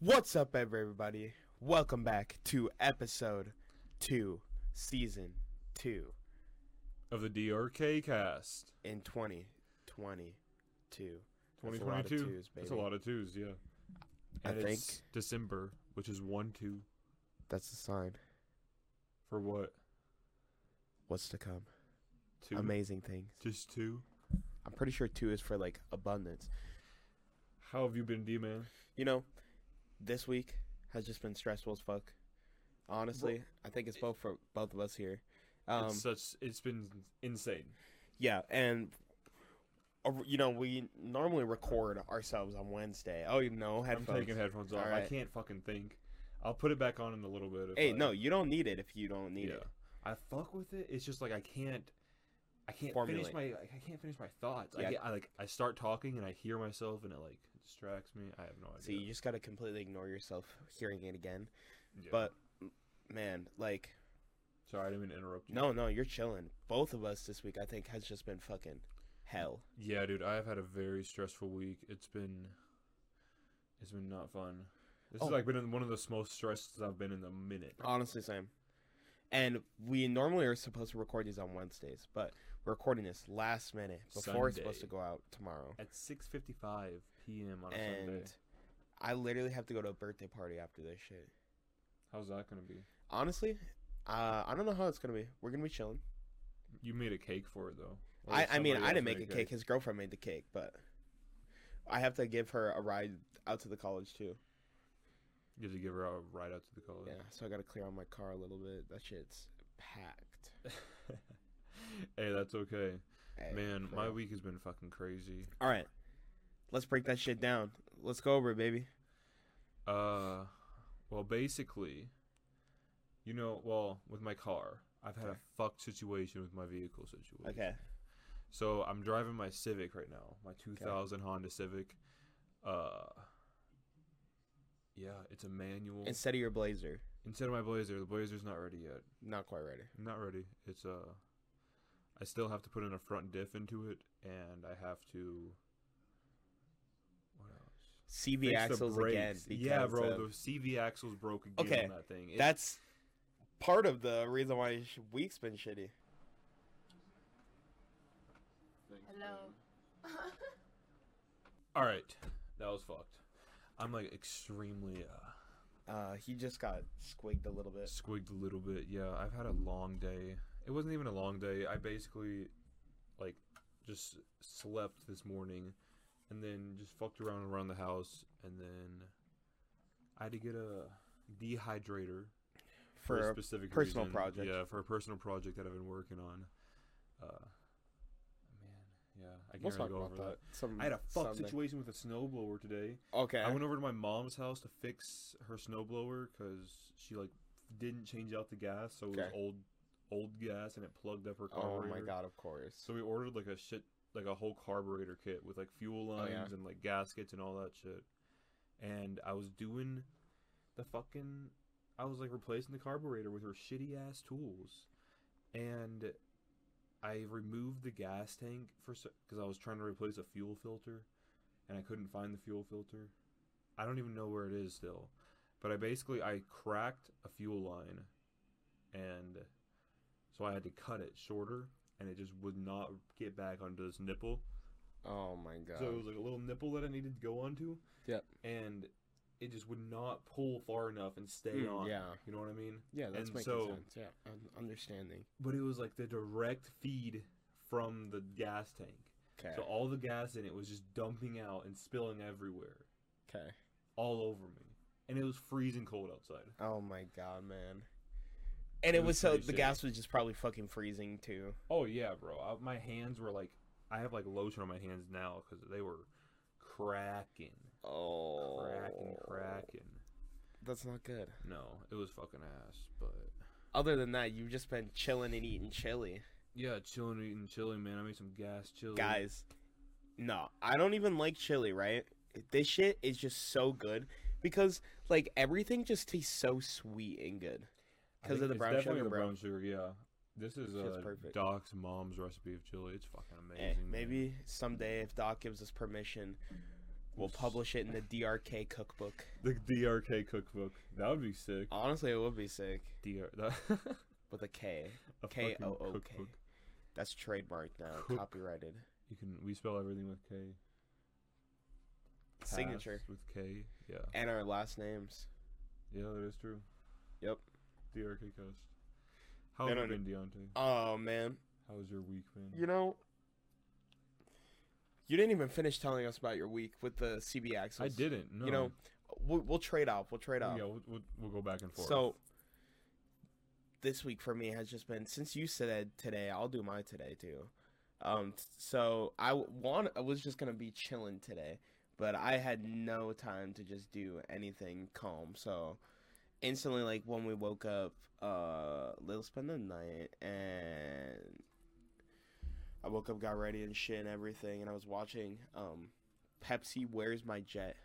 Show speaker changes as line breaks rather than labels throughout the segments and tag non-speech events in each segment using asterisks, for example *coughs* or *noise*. What's up, everybody? Welcome back to episode two, season two
of the DRK cast.
in 2022. That's a lot of
2022.
twos,
That's a
baby.
lot of twos, yeah.
I
And it's
think-
December, which is 1 2
That's a sign.
for what?
What's to come?
2?
Amazing things.
Just 2?
I'm pretty sure two is for like abundance.
How have you been, D man?
You know, this week has just been stressful as fuck. Honestly, I think it's both for both of us here. Um,
it's such. It's been insane.
Yeah, and uh, you know we normally record ourselves on Wednesday. Oh, you know,
I'm
headphones.
taking headphones off. I
Alright.
can't fucking think. I'll put it back on in a little bit. If
hey,
I,
no, you don't need it if you don't need
yeah.
it.
I fuck with it. It's just like I can't. I can't
Formulate.
finish my. Like, I can't finish my thoughts.
Yeah.
I, get, I like. I start talking and I hear myself and it like distracts me. I have no idea.
So you just gotta completely ignore yourself hearing it again.
Yeah.
But man, like
sorry, I didn't mean to interrupt you.
no, no, you're chilling. Both of us this week, I think, has just been fucking hell.
Yeah, dude, I've had a very stressful week. It's been it's been not fun. This
Oh. Uh,
has like been one of the most stressed I've been in a minute.
Honestly, same. And we normally are supposed to record these on Wednesdays, but we're recording this last minute before it's supposed to
Sunday.
go out tomorrow.
At 6:55 p.m. on a Sunday.
And I literally have to go to a birthday party after this shit.
How's that going to be?
honestly, uh, I don't know how it's gonna be. We're gonna be chilling.
You made a cake for it though. Or
I,
did
I mean,
somebody
I
else
didn't make a cake. His girlfriend made the cake, but I have to give her a ride out to the college too.
You have to give her a ride out to the college.
Yeah, so I gotta clear out my car a little bit. That shit's packed.
*laughs* hey, that's okay.
Hey,
Man,
for
my
real.
week has been fucking crazy.
All right, let's break that shit down. Let's go over it, baby.
Uh, well, basically, you know, well, with my car, I've had a
Okay.
fucked situation with my vehicle situation.
Okay.
So I'm driving my Civic right now, my 2000 Honda Civic. Uh, yeah, it's a manual.
Instead of your blazer,
Instead of my Blazer, the Blazer's not ready yet.
not quite ready.
Not ready. It's uh, I still have to put in a front diff into it, and I have to. What else?
CV
Fix the
axles again.
brakes. Yeah,
because
bro,
of-
the CV axles broke again
Okay,
on that thing. It-
that's part of the reason why sh- week's been shitty.
Hello.
All right, that was fucked. I'm like extremely uh,
Uh, he just got squigged a little bit.
squigged a little bit. Yeah, I've had a long day. It wasn't even a long day. I basically like just slept this morning and then just fucked around around the house and then I had to get a dehydrator for,
for
a specific
personal
reason.
project.
Yeah, for a personal project that I've been working on. Uh man, yeah, I can't
we'll talk
really go
about
over
that. Some
I had a fuck
someday.
situation with a snowblower today.
Okay,
I went over to my mom's house to fix her snowblower because she like didn't change out the gas, so it was
Okay.
old old gas and it plugged up her
oh
carburetor.
my god, of course.
So we ordered like a shit like a whole carburetor kit with like fuel
Oh,
lines
yeah.
and like gaskets and all that shit. And I was doing the fucking I was like replacing the carburetor with her shitty ass tools. And I removed the gas tank for because I was trying to replace a fuel filter and I couldn't find the fuel filter. I don't even know where it is still. But I basically I cracked a fuel line and so I had to cut it shorter and it just would not get back onto this nipple.
oh my god.
So it was like a little nipple that I needed to go onto.
Yep.
And it just would not pull far enough and stay
Mm,
on.
yeah,
You know what I mean?
yeah, that's
and
making
so-
sense. Yeah, un- understanding.
But it was like the direct feed from the gas tank.
Okay,
So all the gas in it was just dumping out and spilling everywhere,
okay.
all over me. And it was freezing cold outside.
Oh my god, man. And
It
it,
was
was, so
pretty
the
shitty.
gas was just probably fucking freezing too.
Oh yeah, bro. I, my hands were like I have like lotion on my hands now because they were cracking,
Oh,
cracking, cracking.
That's not good.
No, it was fucking ass. But
Other than that, you've just been chilling and eating chili,
yeah, chilling, eating chili, man. I made some gas chili.
guys. No, I don't even like chili. Right? This shit is just so good because like everything just tastes so sweet and good.
I
'cause
think
of the
it's
brown
definitely
sugar,
the
bro.
brown sugar, yeah. This is
Shit's
uh,
perfect.
Doc's mom's recipe of chili. It's fucking amazing.
Eh,
man.
maybe someday if Doc gives us permission We'll publish it in the DRK cookbook.
The DRK cookbook. That would be sick.
Honestly, it would be sick
DR. *laughs* That,
with a K.
a
K
fucking
O O K.
cookbook.
That's trademarked now,
Cook.
copyrighted.
You can we spell everything with K.
Signature. Eh.
Past with K. Yeah.
And our last names.
Yeah, that is true.
Yep.
DRK cast. How
Then
have you
on-
been, Deontay?
Oh man,
How was your week, man?
you know, you didn't even finish telling us about your week with the CB axles.
I didn't. No.
You know, we'll, we'll trade off. We'll trade off.
Yeah, we'll, we'll, we'll go back and forth.
um, So this week for me has just been since you said today, I'll do my today too. Um, t- so I w- want I was just gonna be chilling today, but I had no time to just do anything calm. So instantly, like when we woke up, uh, Lil spent the night and I woke up, got ready and shit and everything, and I was watching um Pepsi Where's My Jet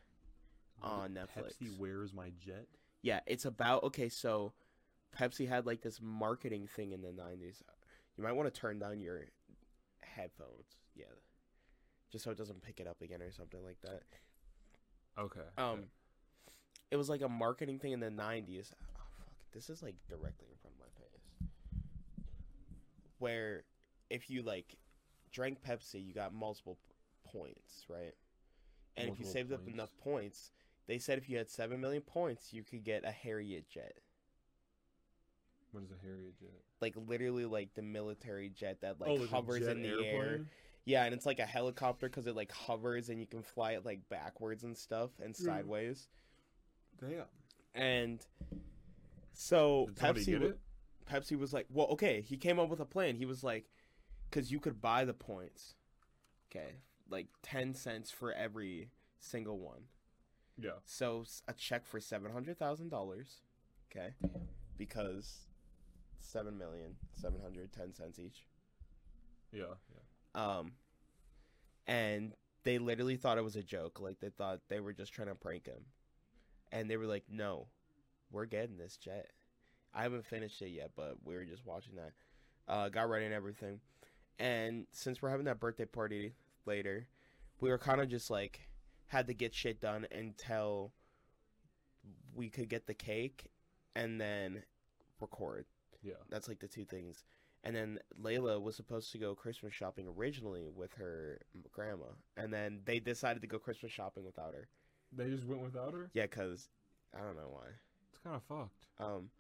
on Netflix.
Pepsi, where's my jet?
Yeah, it's about okay, so Pepsi had like this marketing thing in the 90s. You might want to turn down your headphones. Yeah. Just so it doesn't pick it up again or something like that.
Okay.
Um it was like a marketing thing in the 90s. Oh fuck, this is like directly in front of my face. Where if you like drank Pepsi, you got multiple p- points, right? And if
Multiple
you saved up
points.
enough points, they said if you had 7 million points, you could get a Harriet jet.
what is a Harriet jet?
like literally like the military jet that like
a
hovers
Oh, jet
in the air.
airplane?
Yeah, and it's like a helicopter because it like hovers and you can fly it like backwards and stuff and
Mm.
sideways.
Damn.
And so
Did somebody
Pepsi
get
wa-
it?
Pepsi was like, well, okay, he came up with a plan. He was like, because you could buy the points, okay, like ten cents for every single one.
Yeah.
So s- a check for seven hundred thousand dollars, okay, because seven million seven hundred ten cents each.
Yeah.
Um, and they literally thought it was a joke. Like they thought they were just trying to prank him, and they were like, "No, we're getting this jet." I haven't finished it yet, but we were just watching that. Uh, got ready and everything, and since we're having that birthday party later, we were kind of just like had to get shit done until we could get the cake, and then record.
Yeah.
That's like the two things. And then Layla was supposed to go Christmas shopping originally with her m- grandma, and then they decided to go Christmas shopping without her.
They just went without her.
Yeah, cause I don't know why.
It's kind of fucked.
Um,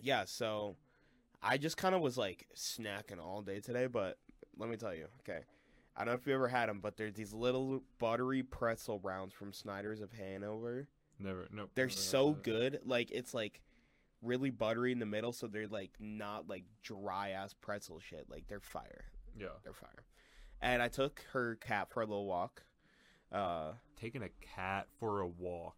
yeah, so I just kind of was like snacking all day today, but let me tell you, okay. I don't know if you ever had them, but there's these little buttery pretzel rounds from Snyder's of Hanover.
Never. Nope.
They're
never had
so
that.
good. Like it's like really buttery in the middle, so they're like not like dry ass pretzel shit. Like they're fire.
Yeah.
They're fire. And I took her cat for a little walk. Uh
Taking a cat for a walk.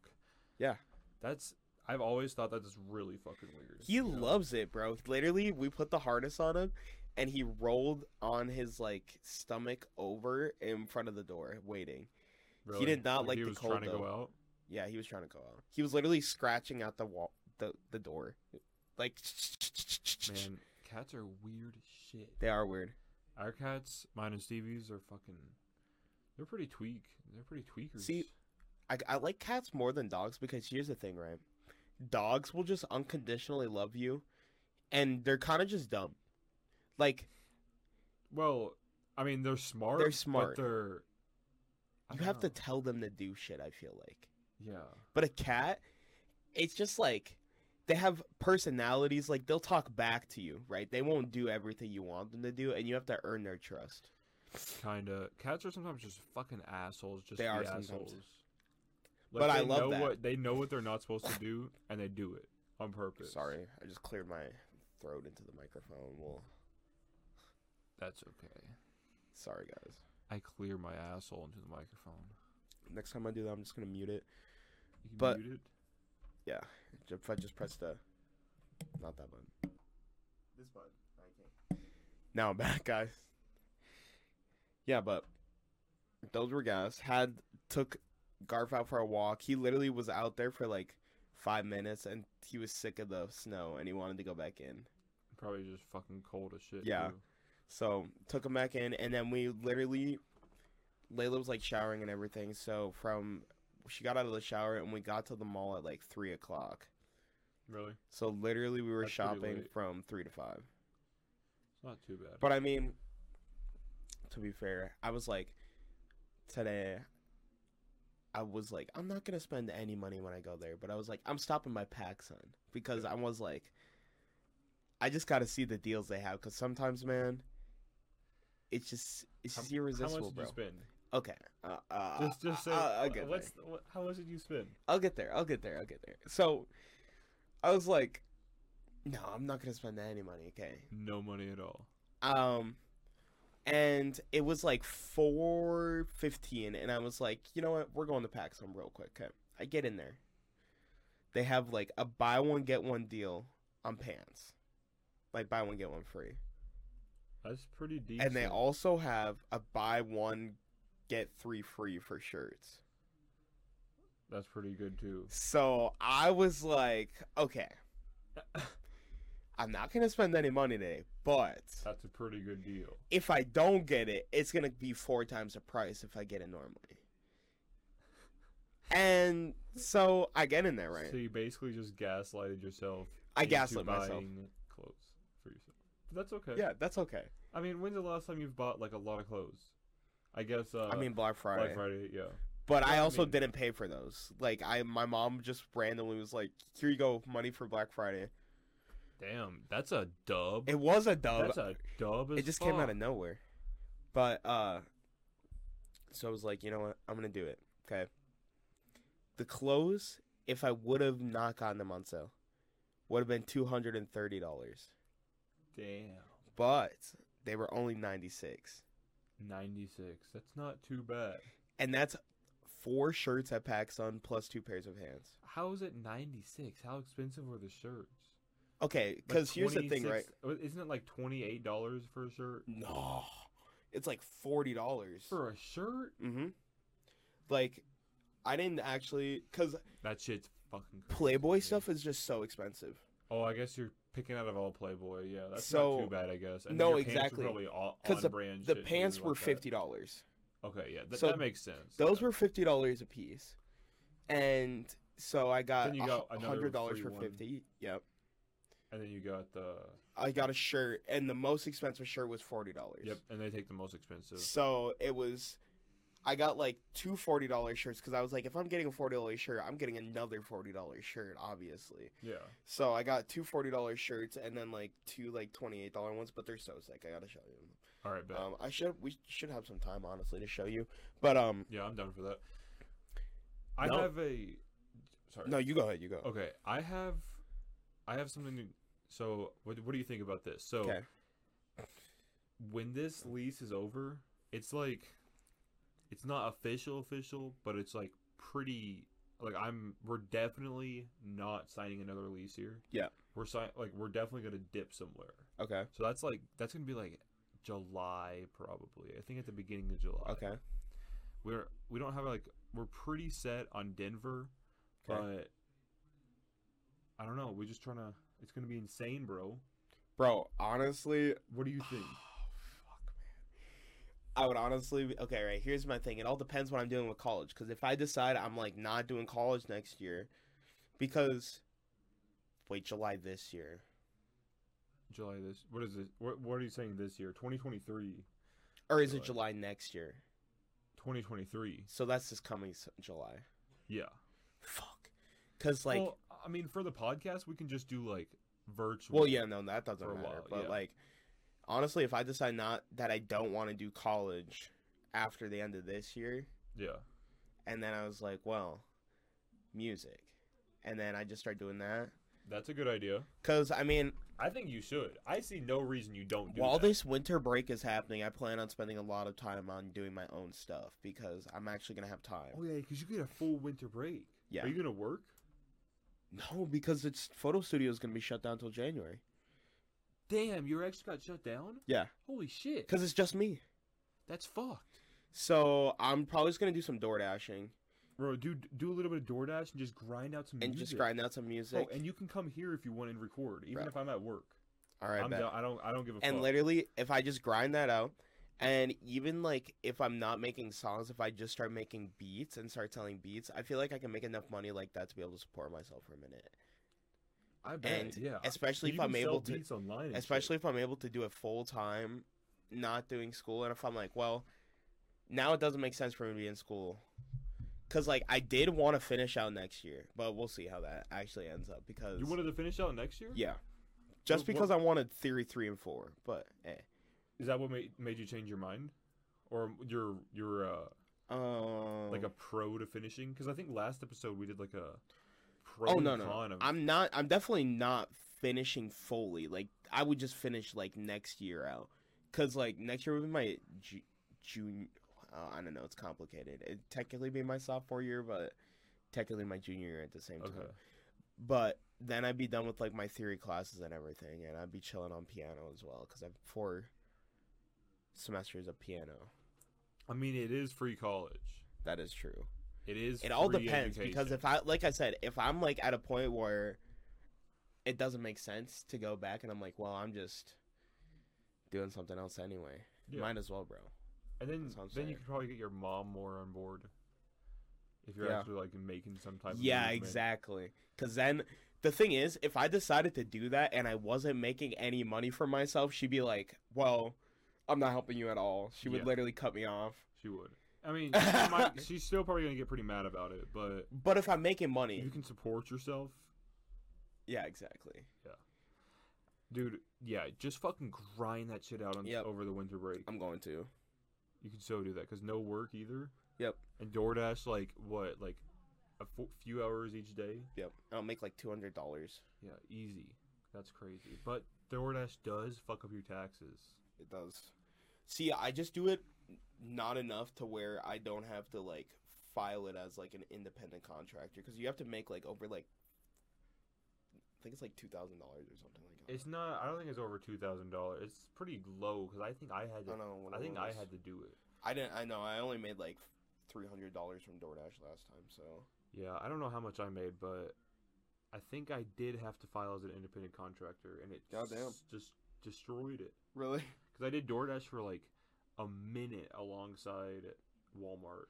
Yeah.
That's. I've always thought that is really fucking weird.
he
you know?
loves it, bro. Literally, we put the harness on him and he rolled on his like stomach over in front of the door waiting.
Really?
did not like
he
the
was
cold,
trying to
though.
go
*laughs*
out.
Yeah, he was trying to go out. He was literally scratching out the wall the, the door. Like
Man, cats are weird shit.
they are weird.
Our cats, mine and Stevie's, are fucking. They're pretty tweak. They're pretty tweakers.
See, I, I like cats more than dogs because here's the thing, right? Dogs will just unconditionally love you, and they're kind of just dumb. Like
well, I mean, they're smart.
They're smart.
But they're. I
you
don't
have to
know.
tell them to do shit. I feel like,
yeah.
but a cat, it's just like they have personalities. Like they'll talk back to you, right? They won't do everything you want them to do, and you have to earn their trust.
Kinda. Cats are sometimes just fucking assholes. Just
They
to be
are sometimes.
assholes.
But I
they
love
know
that.
What, they know what they're not supposed to do, and they do it on purpose.
Sorry, I just cleared my throat into the microphone. Well,
That's okay.
sorry guys.
I clear my asshole into the microphone.
Next time I do that, I'm just gonna mute it.
You can
But-
mute it.
Yeah, if I just press the, not that button.
This button. I can't.
Now I'm back, guys. Yeah, but those were guys. Had took Garf out for a walk. He literally was out there for like five minutes, and he was sick of the snow, and he wanted to go back in.
Probably just fucking cold as shit.
Yeah.
too.
So took him back in, and then we literally Layla was like showering and everything. So from she got out of the shower and we got to the mall at like three o'clock.
Really,
So literally we were
That's pretty
shopping
late.
from three to five.
it's not too bad.
But I mean, to be fair, I was like, today, I was like, I'm not gonna spend any money when I go there. But I was like, I'm stopping by PacSun because I was like, I just gotta see the deals they have because sometimes, man, it's just it's
How-
just
how
irresistible,
much did
bro.
you spend?
Okay, uh, uh,
Just, just say.
I- I'll, I'll
wh-
get
what's
there.
the- what- how much did you spend?
I'll get there. I'll get there. I'll get there. So, I was like, no, I'm not gonna spend any money. Okay,
No money at all.
um and it was like 4.15 and i was like you know what we're going to paxum real quick 'kay? i get in there they have like a buy one get one deal on pants like buy one get one free
That's pretty decent.
and they also have a buy one get three free for shirts
That's pretty good too.
so i was like okay i'm not gonna spend any money today but
That's a pretty good deal.
if I don't get it, it's gonna be four times the price if I get it normally. And so I get in there, right?
So you basically just gaslighted yourself.
I
into
gaslit myself.
buying Clothes for yourself. But that's okay.
yeah, that's okay.
I mean, when's the last time you've bought like a lot of clothes? I guess. Uh,
I mean Black Friday,
Black Friday. Yeah.
but I
yeah, I
also
mean-
didn't pay for those. Like I, my mom just randomly was like, "Here you go, money for Black Friday."
Damn, that's a dub.
It was a dub.
that's a dub.
it
as
just came out of
fuck.
nowhere. But uh so I was like, you know what? I'm gonna do it. Okay. The clothes, if I would have not gotten them on sale, would have been two hundred and thirty dollars.
Damn.
But they were only ninety six.
Ninety six. That's not too bad.
And that's four shirts at PacSun plus two pairs of hands.
How is it ninety six? How expensive were the shirts?
Okay,
Like
because here's the thing, right?
26 oh, Isn't it like twenty eight dollars for a shirt?
No. It's like forty dollars.
For a shirt?
Mm-hmm. Like I didn't actually because
That shit's fucking. Crazy,
Playboy
man.
stuff is just so expensive.
Oh, I guess you're picking out of all Playboy. Yeah, that's not
So-
too bad, I guess. then
no,
your pants were
exactly.
Probably all
'Cause
on brand.
The
shit, too,
pants were
like that.
fifty dollars.
Okay, yeah, that,
So
that makes sense.
Those
yeah.
were fifty dollars a piece, and so I got
Then you got
a hu-
another
hundred dollars
free
for
one.
fifty. Yep,
And then you got the.
I got a shirt, and the most expensive shirt was forty dollars.
Yep, and they take the most expensive.
So it was, I got like two forty dollars shirts because I was like, if I'm getting a forty dollars shirt, I'm getting another forty dollars shirt, obviously.
Yeah.
So I got two forty dollars shirts and then like two like twenty eight dollar ones, but they're so sick. I gotta show you.
All right, bet.
Um, I should we should have some time honestly to show you, but um,
yeah, I'm down for that. I
No.
have a. Sorry.
no, you go ahead, you go.
Okay, I have, I have something. To, so, what what do you think about this? So,
Okay.
when this lease is over, it's like, it's not official official, but it's like pretty. Like I'm, we're definitely not signing another lease here.
Yeah.
we're sign like we're definitely gonna dip somewhere.
Okay.
So that's like that's gonna be like July probably. I think at the beginning of July.
Okay.
We're we don't have like we're pretty set on Denver,
Okay.
but I don't know. We're just trying to. It's gonna be insane, bro.
Bro, honestly,
What do you
*sighs*
think?
Oh, fuck, man. I would honestly be- okay. Right here's my thing. It all depends what I'm doing with college. Because if I decide I'm like not doing college next year, because wait, July this year.
July this. What is it? What, what are you saying this year? 2023.
Or is it
July.
July next year?
2023.
So that's this coming s- July.
Yeah.
Fuck. Because like, well,
well, I mean, for the podcast, we can just do like virtual.
yeah, no, that doesn't
for a
matter.
while,
but
yeah.
like, honestly, if I decide not that I don't want to do college after the end of this year,
Yeah.
and then I was like, well, music, and then I just start doing that.
That's a good idea.
Cause I mean,
I think you should. I see no reason you don't do
while
that.
this winter break is happening, I plan on spending a lot of time on doing my own stuff because I'm actually gonna have
Oh
time.
yeah, because you get a full winter break.
Yeah.
Are you gonna work?
No, because it's photo studio is gonna be shut down till January.
Damn, your ex got shut down.
Yeah,
Holy shit.
cause it's just me.
that's fucked.
So I'm probably just gonna do some door dashing
Bro, dude, do a little bit of DoorDash and just grind out some
and
music.
just grind out some music.
Bro, and you can come here if you want and record, even
Bro.
if I'm at work.
All right,
I'm
bet.
down- I don't. I don't give a
And
fuck.
literally, if I just grind that out, And even like if I'm not making songs, if I just start making beats and start selling beats, I feel like I can make enough money like that to be able to support myself for a minute.
I bet.
And
yeah.
Especially
You
if
can
I'm
sell
able to
beats online. and shit.
especially if I'm able to do it full time, not doing school, and if I'm like, well, now it doesn't make sense for me to be in school, because like I did want to finish out next year, but we'll see how that actually ends up because
you wanted to finish out next year.
yeah, just
What-
because I wanted theory three and four, but eh.
Is that what made made you change your mind, or your your uh
Um,
like a pro to finishing? Because I think last episode we did like a pro
oh
and
no no,
con
no.
of
I'm not I'm definitely not finishing fully. Like I would just finish like next year out, cause like next year would be my ju- junior. Uh, I don't know. It's complicated. It technically be my sophomore year, but technically my junior year at the same
okay.
time. But then I'd be done with like my theory classes and everything, and I'd be chilling on piano as well, cause I have four semesters of piano.
I mean, it is free college.
That is true.
It is.
it all
free
depends because
education.
if I like I said, if I'm like at a point where it doesn't make sense to go back and I'm like, well, I'm just doing something else anyway.
Yeah.
Might as well, bro.
and then
that's what I'm
then you
saying.
could probably get your mom more on board if you're
Yeah.
actually like making some type. of
Yeah,
movement.
exactly. Cuz then the thing is, if I decided to do that and I wasn't making any money for myself, she'd be like, "Well, I'm not helping you at all." She would
Yeah.
literally cut me off.
She would.
*laughs*
I mean, she might- she's still probably gonna get pretty mad about it, but
But if I'm making money,
you can support yourself,
yeah, exactly.
dude. Yeah, just fucking grind that shit out on
Yep.
over the winter break.
I'm going to.
You can so do that because no work either.
Yep.
And DoorDash like what like a fo- few hours each day.
Yep. I'll make like $200.
Yeah, easy. That's crazy. But DoorDash does fuck up your taxes.
It does. See, I just do it not enough to where I don't have to like file it as like an independent contractor because you have to make like over like I think it's like two thousand dollars or something like that.
It's not. I don't think it's over two thousand dollars. It's pretty low because I think I had.
I don't
To,
know.
I think I
was.
had to do it.
I didn't. I know. I only made like three hundred dollars from DoorDash last time. So
Yeah, I don't know how much I made, but I think I did have to file as an independent contractor, and it
Goddamn.
s- just destroyed it.
really, *laughs*
Because I did DoorDash for like a minute alongside Walmart.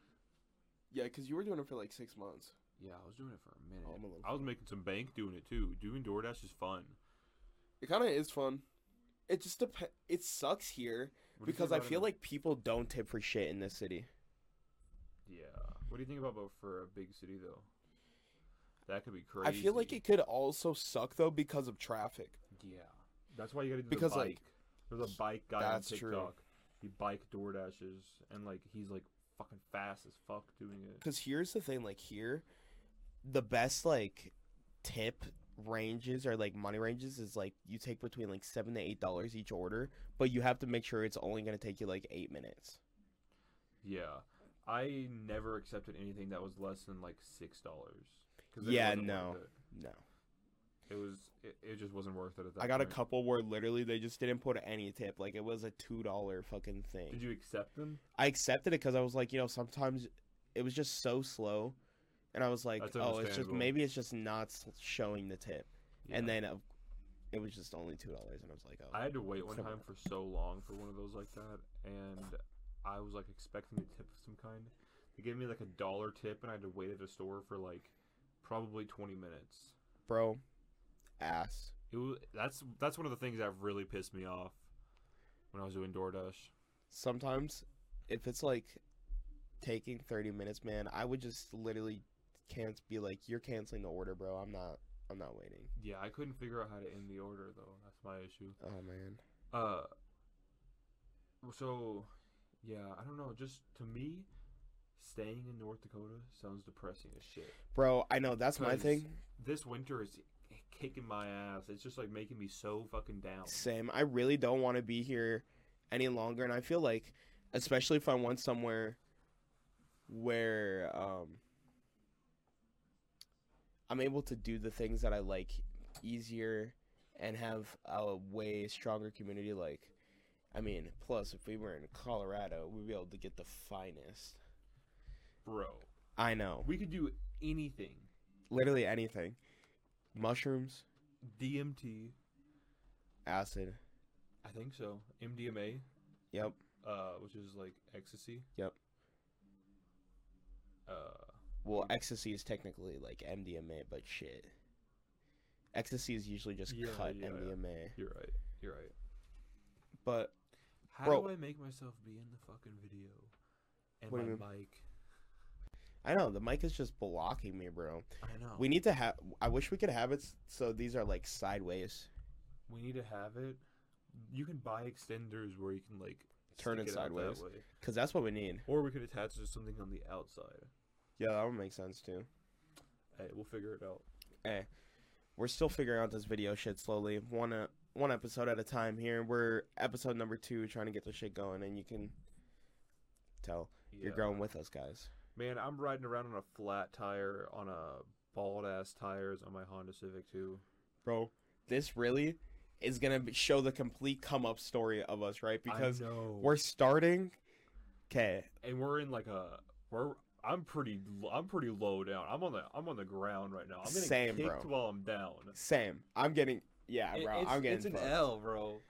yeah, because you were doing it for like six months.
Yeah, I was doing it for
Oh,
a
I'm a
minute.
little
I was making some bank doing it too. Doing DoorDash is fun.
It kind of is fun. It just depends. It sucks here
What do you think
because I
about it
feel
in-
like people don't tip for shit in this city.
Yeah. What do you think about vote for a big city though? That could be crazy.
I feel like it could also suck though because of traffic.
Yeah. That's why you gotta do
Because,
the bike.
like,
There's a bike guy
that's
on
true.
TikTok. He bike door dashes and like he's like fucking fast as fuck doing it.
Because here's the thing, like here, the best like tip ranges or like money ranges is like you take between like seven to eight dollars each order, but you have to make sure it's only gonna take you like eight minutes.
Yeah. I never accepted anything that was less than like six dollars.
Yeah, no. No,
It was it, it just wasn't worth it at that
I got a
point.
couple where literally they just didn't put any tip. Like it was a two dollar fucking thing.
Did you accept them?
I accepted it because I was like, you know, sometimes it was just so slow, and I was like,
That's
oh, it's just
understandable.
maybe it's just not s- showing the tip. And
Yeah.
then uh, it was just only two dollars, and I was like, oh,
I had to wait one
Come
time
on.
for so long for one of those like that, and I was like expecting a tip of some kind. They gave me like a dollar tip, and I had to wait at a store for like probably twenty minutes.
bro, ass.
It was that's that's one of the things that really pissed me off when I was doing DoorDash.
sometimes if it's like taking 30 minutes man i would just literally can't be like you're canceling the order bro i'm not i'm not waiting
Yeah, I couldn't figure out how to end the order though. That's my issue.
oh man
Uh, so yeah, I don't know. Just to me, staying in North Dakota sounds depressing as shit.
bro i know that's my
'Cause
thing
this winter is kicking my ass. It's just like making me so fucking down.
same i really don't want to be here any longer and i feel like especially if i went somewhere where um i'm able to do the things that i like easier and have a way stronger community like i mean plus if we were in colorado we'd be able to get the finest
Bro,
i know
we could do anything.
literally anything mushrooms
DMT,
acid
I think so. MDMA.
yep
uh, which is like ecstasy.
Yep.
Uh,
Well, ecstasy is technically like MDMA, but shit. Ecstasy is usually just
Yeah,
cut
yeah, yeah.
MDMA.
you're right. You're right.
But
How
Bro.
do I make myself be in the fucking video? And
What do
my
you
mic.
I know the mic is just blocking me, bro.
I know.
We need to have. I wish we could have it s- so these are like sideways.
we need to have it. You can buy extenders where you can like
Turn
stick
it
out
sideways.
way.
Cause that's what we need.
Or we could attach it to something on the outside.
Yeah, that would make sense too.
Hey, we'll figure it out.
We're still figuring out this video shit slowly, one uh, one episode at a time. Here we're episode number two, trying to get this shit going, and you can tell
Yeah.
you're growing with us, guys.
Man, I'm riding around on a flat tire on a bald ass tires on my Honda Civic too.
Bro, this really is gonna be- show the complete come up story of us, right? Because
I know.
we're starting. Okay,
and we're in like a we're I'm pretty l- I'm pretty low down. I'm on the I'm on the ground right now. I'm getting
Same,
kicked
bro.
while I'm down.
same. I'm getting. Yeah,
It-
bro.
it's,
I'm getting.
it's an
fucked.
L, bro.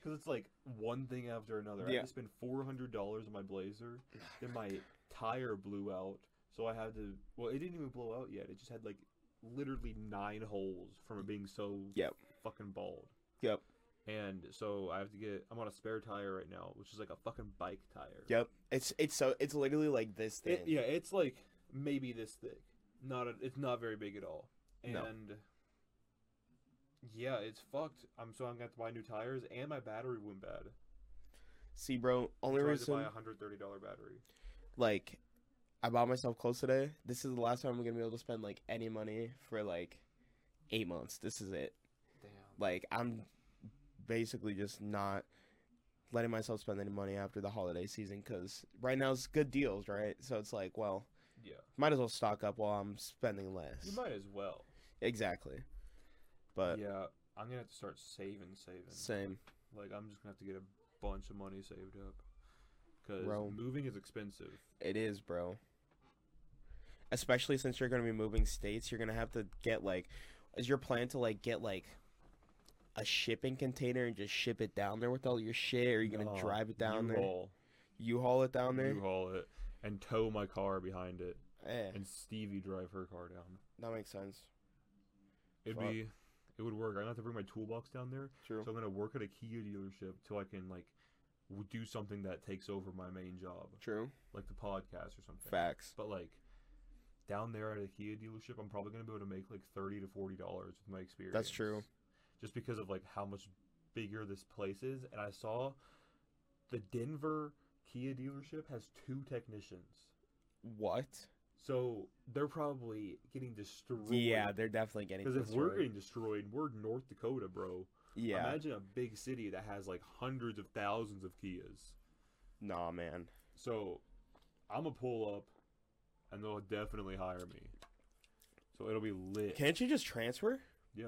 Because it's like one thing after another. I
Yeah.
had to spend four hundred dollars on
*sighs*
my blazer. Then my tire blew out, so I had to. Well, it didn't even blow out yet. It just had like literally nine holes from it being so
Yep.
fucking bald.
Yep.
And so I have to get. I'm on a spare tire right now, which is like a fucking bike tire.
Yep. It's it's so it's literally like this thing.
It, yeah, it's like maybe this thick. Not a, it's not very big at all. And
No.
yeah, it's fucked. I'm so I'm gonna have to buy new tires, and my battery went bad.
See, bro. Only
So I had to
reason
buy a hundred thirty dollar battery.
like I bought myself clothes today. This is the last time I'm gonna be able to spend like any money for like eight months. This is it.
Damn.
Like I'm basically just not letting myself spend any money after the holiday season because right now it's good deals, right? So it's like, well,
Yeah,
might as well stock up while I'm spending less.
you might as well.
Exactly. But
yeah, I'm gonna have to start saving, saving.
same.
Like I'm just gonna have to get a bunch of money saved up because
Bro.
moving is expensive.
It is, bro. Especially since you're gonna be moving states, you're gonna have to get like, is your plan to like get like a shipping container and just ship it down there with all your shit? Or are you gonna
No,
drive it down there?
U-Haul,
You haul it down there?
U-Haul it, and tow my car behind it,
Yeah,
and Stevie drive her car down.
Eh, that makes sense.
It'd
Fuck.
be, it would work. I don't have to bring my toolbox down there,
True.
so I'm gonna work at a Kia dealership till I can like w- do something that takes over my main job,
True.
like the podcast or something.
Facts.
But like down there at a Kia dealership, I'm probably gonna be able to make like thirty to forty dollars with my experience.
true.
Just because of like how much bigger this place is, and I saw the Denver Kia dealership has two technicians,
What?
so they're probably getting destroyed.
Yeah, they're definitely getting.
Because if we're
destroyed.
getting destroyed, we're North Dakota, bro.
yeah,
Imagine a big city that has like hundreds of thousands of Kias.
nah, man.
So I'm gonna pull up, and they'll definitely hire me. So it'll be lit.
Can't you just transfer?
Yeah.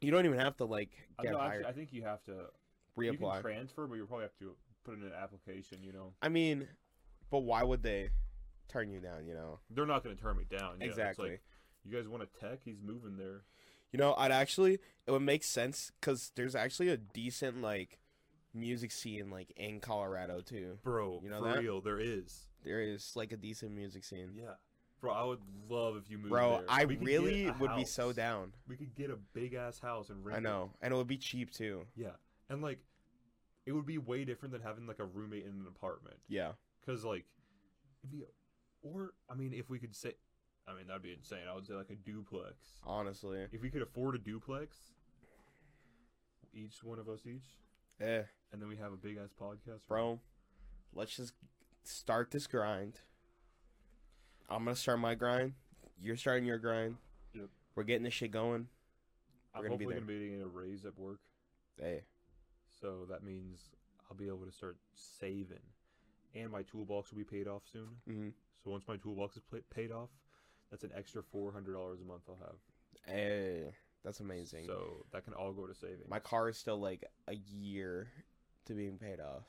You don't even have to like
I,
get
no,
hired,
actually, I think you have to You
reapply.
can transfer, but you probably have to put in an application. You know,
I mean, but why would they turn you down? You know.
they're not gonna turn me down. Yeah, it's like,
Exactly.
you guys want a tech? He's moving there.
You know, I'd actually it would make sense because there's actually a decent like music scene like in Colorado too.
Bro,
You know
for
that?
real, there is.
There is like a decent music scene.
Yeah, bro, I would love if you moved.
Bro,
there.
I
We could get
really
a
would be so
house.
down.
We could get a big ass house and rent.
I
it.
know, and it would be cheap too.
Yeah, and like, it would be way different than having like a roommate in an apartment.
Yeah,
Cause like, it'd be, or I mean, if we could say, I mean, that'd be insane. I would say like a duplex.
honestly.
If we could afford a duplex, each one of us each,
Eh,
and then we have a big ass podcast.
bro, let's just start this grind. I'm gonna start my grind. You're starting your grind.
Yep.
We're getting this shit going.
I'm
we're gonna be
hopefully gonna be getting a raise at work,
Hey,
so that means I'll be able to start saving, and my toolbox will be paid off soon.
Mhm.
So once my toolbox is pla paid off, that's an extra four hundred dollars a month I'll have.
hey, Eh, that's amazing.
So that can all go to savings.
My car is still like a year to being paid off.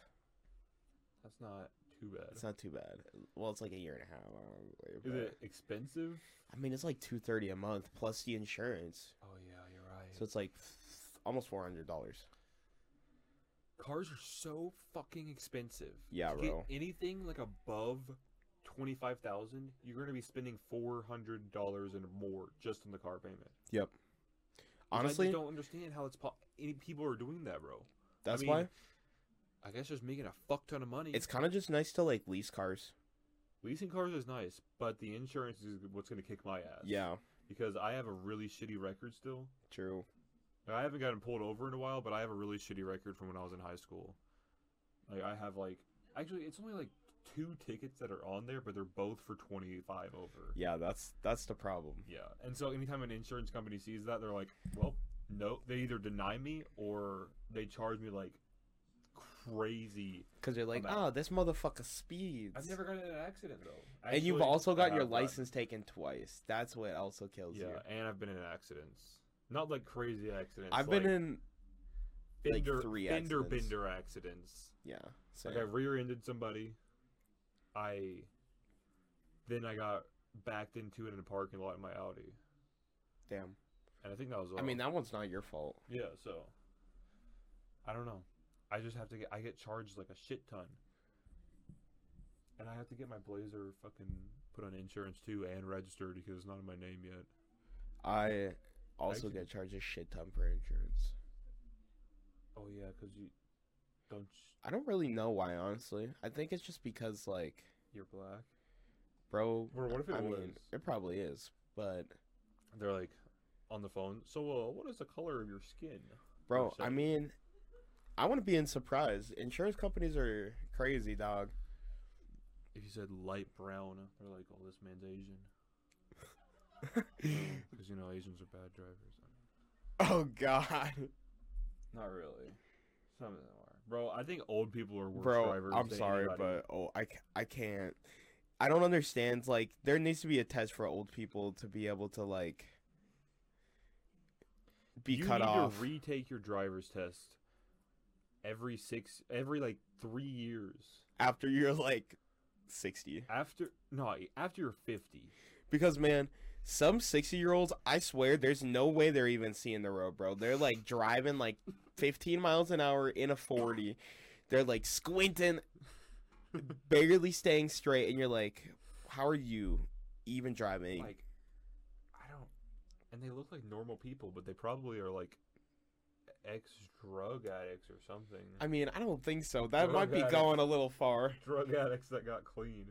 That's not too bad.
It's not too bad. Well, it's like a year and a half. I don't know,
Is
but-
it expensive?
I mean, it's like two thirty a month plus the insurance,
Oh yeah, you're right.
so it's like f- almost four hundred dollars.
Cars are so fucking expensive.
Yeah,
to get
bro.
anything like above twenty five thousand, you're gonna be spending four hundred dollars and more just on the car payment. Which I
Honestly,
just don't understand how it's po- any people are doing that, bro.
that's
mean,
why
I guess just making a fuck ton of money.
it's kind of just nice to like lease cars.
leasing cars is nice, but the insurance is what's gonna kick my ass.
Yeah,
because I have a really shitty record still.
true.
I haven't gotten pulled over in a while, but I have a really shitty record from when I was in high school. Like I have like actually it's only like two tickets that are on there, but they're both for twenty five over.
Yeah, that's that's the problem.
Yeah. And so anytime an insurance company sees that, they're like, Well, no they either deny me or they charge me like crazy
Because you're like,
I'm
oh,
out.
this motherfucker speeds.
I've never gotten in an accident though.
and you've
Actually,
also
I
gotten your
have gotten-
license taken twice. That's what also kills
Yeah,
you.
and I've been in accidents. Not like crazy accidents.
I've
like
been in like,
fender,
three
fender
accidents.
bender accidents.
yeah. So
Like I rear-ended somebody. I then I got backed into it in a parking lot in my Audi,
damn.
and I think that was. All.
I mean, that one's not your fault.
yeah. So I don't know. I just have to get. I get charged like a shit ton, and I have to get my Blazer fucking put on insurance too and registered because it's not in my name yet.
I also
Actually-
get charged a shit ton for insurance.
Oh yeah, because you don't. sh-
I don't really know why, honestly. I think it's just because, like,
You're black.
bro.
Or what if it
I
was? Oh,
mean, it probably is, but
They're like on the phone. So uh, what is the color of your skin?
bro,
Or
I
something.
mean, I wouldn't be in surprise. Insurance companies are crazy, dog.
If you said light brown, they're like, "Oh, this
*laughs*
man's Asian." Because you know Asians are bad drivers.
oh God,
Not really. Some of them are, bro. I think old people are worse
bro.
drivers.
I'm
than
sorry,
anybody.
but oh, I ca- I can't. I don't understand. Like, there needs to be a test for old people to be able to like be
you
cut
need
off.
to retake your driver's test every six, every like three years
after you're like 60
after no after you're fifty.
because man some 60 year olds i swear there's no way they're even seeing the road bro they're like driving like 15 miles an hour in a
*laughs*
40 they're like squinting barely staying straight and you're like how are you even driving
Like, I don't. And they look like normal people, but they probably are like ex drug addicts or something.
i mean i don't think so that
Oh,
might be
God.
going a little far *laughs*
drug addicts that got clean.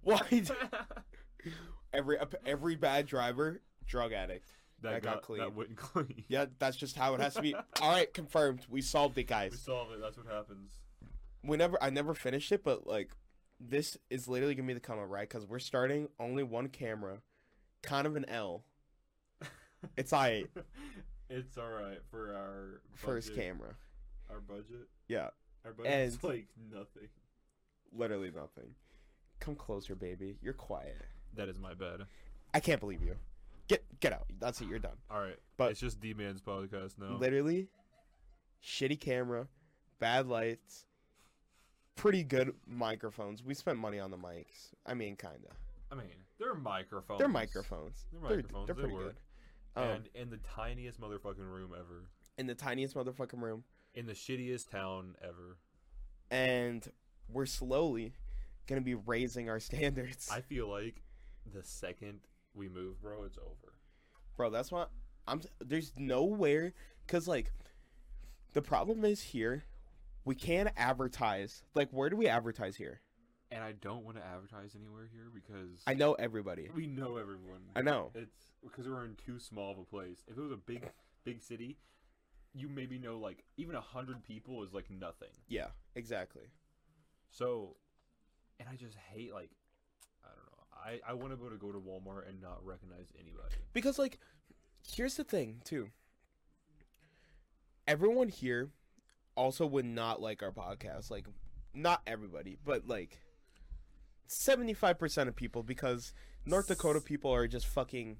why do-
that,
every every bad driver drug addict That got clean.
That went *laughs* clean.
yeah that's just how it has to
*laughs*
be all right confirmed we solved it guys
We solve it. That's what happens.
whenever I never finished it, but like this is literally gonna be the come up, right? Because we're starting only one camera, kind of an
*laughs*
L. It's I
it's all right for our
first
budget-
camera,
Our budget.
Yeah.
Our budget's
And-
*laughs* like nothing.
literally nothing. Come closer, baby. You're quiet.
That is my bad.
I can't believe you. Get get out. That's it. You're done.
All right,
But-
but it's just D Man's podcast now.
Literally, shitty camera, bad lights, pretty good microphones. We spent money on the mics. I mean, kinda.
I mean, they're microphones.
They're microphones.
They're
They're,
microphones,
they're
they
pretty
work.
good. Um,
and in the tiniest motherfucking room ever,
in the tiniest motherfucking room.
in the shittiest town ever.
and we're slowly gonna be raising our *laughs* standards.
I feel like the second we move, bro, it's over.
Bro, that's why I'm. There's nowhere, cause like, the problem is here, we can't advertise. Like, where do we advertise here?
And I don't want to advertise anywhere here because
I know everybody.
we know everyone.
I know.
It's because we're in too small of a place. If it was a big, big city, you maybe know like even a hundred people is like nothing.
Yeah, exactly.
So, and I just hate like, I don't know. I I want to be able to go to Walmart and not recognize anybody.
Because like, here's the thing too. Everyone here also would not like our podcast. Like, not everybody, but like. 75% of people because North Dakota people are just fucking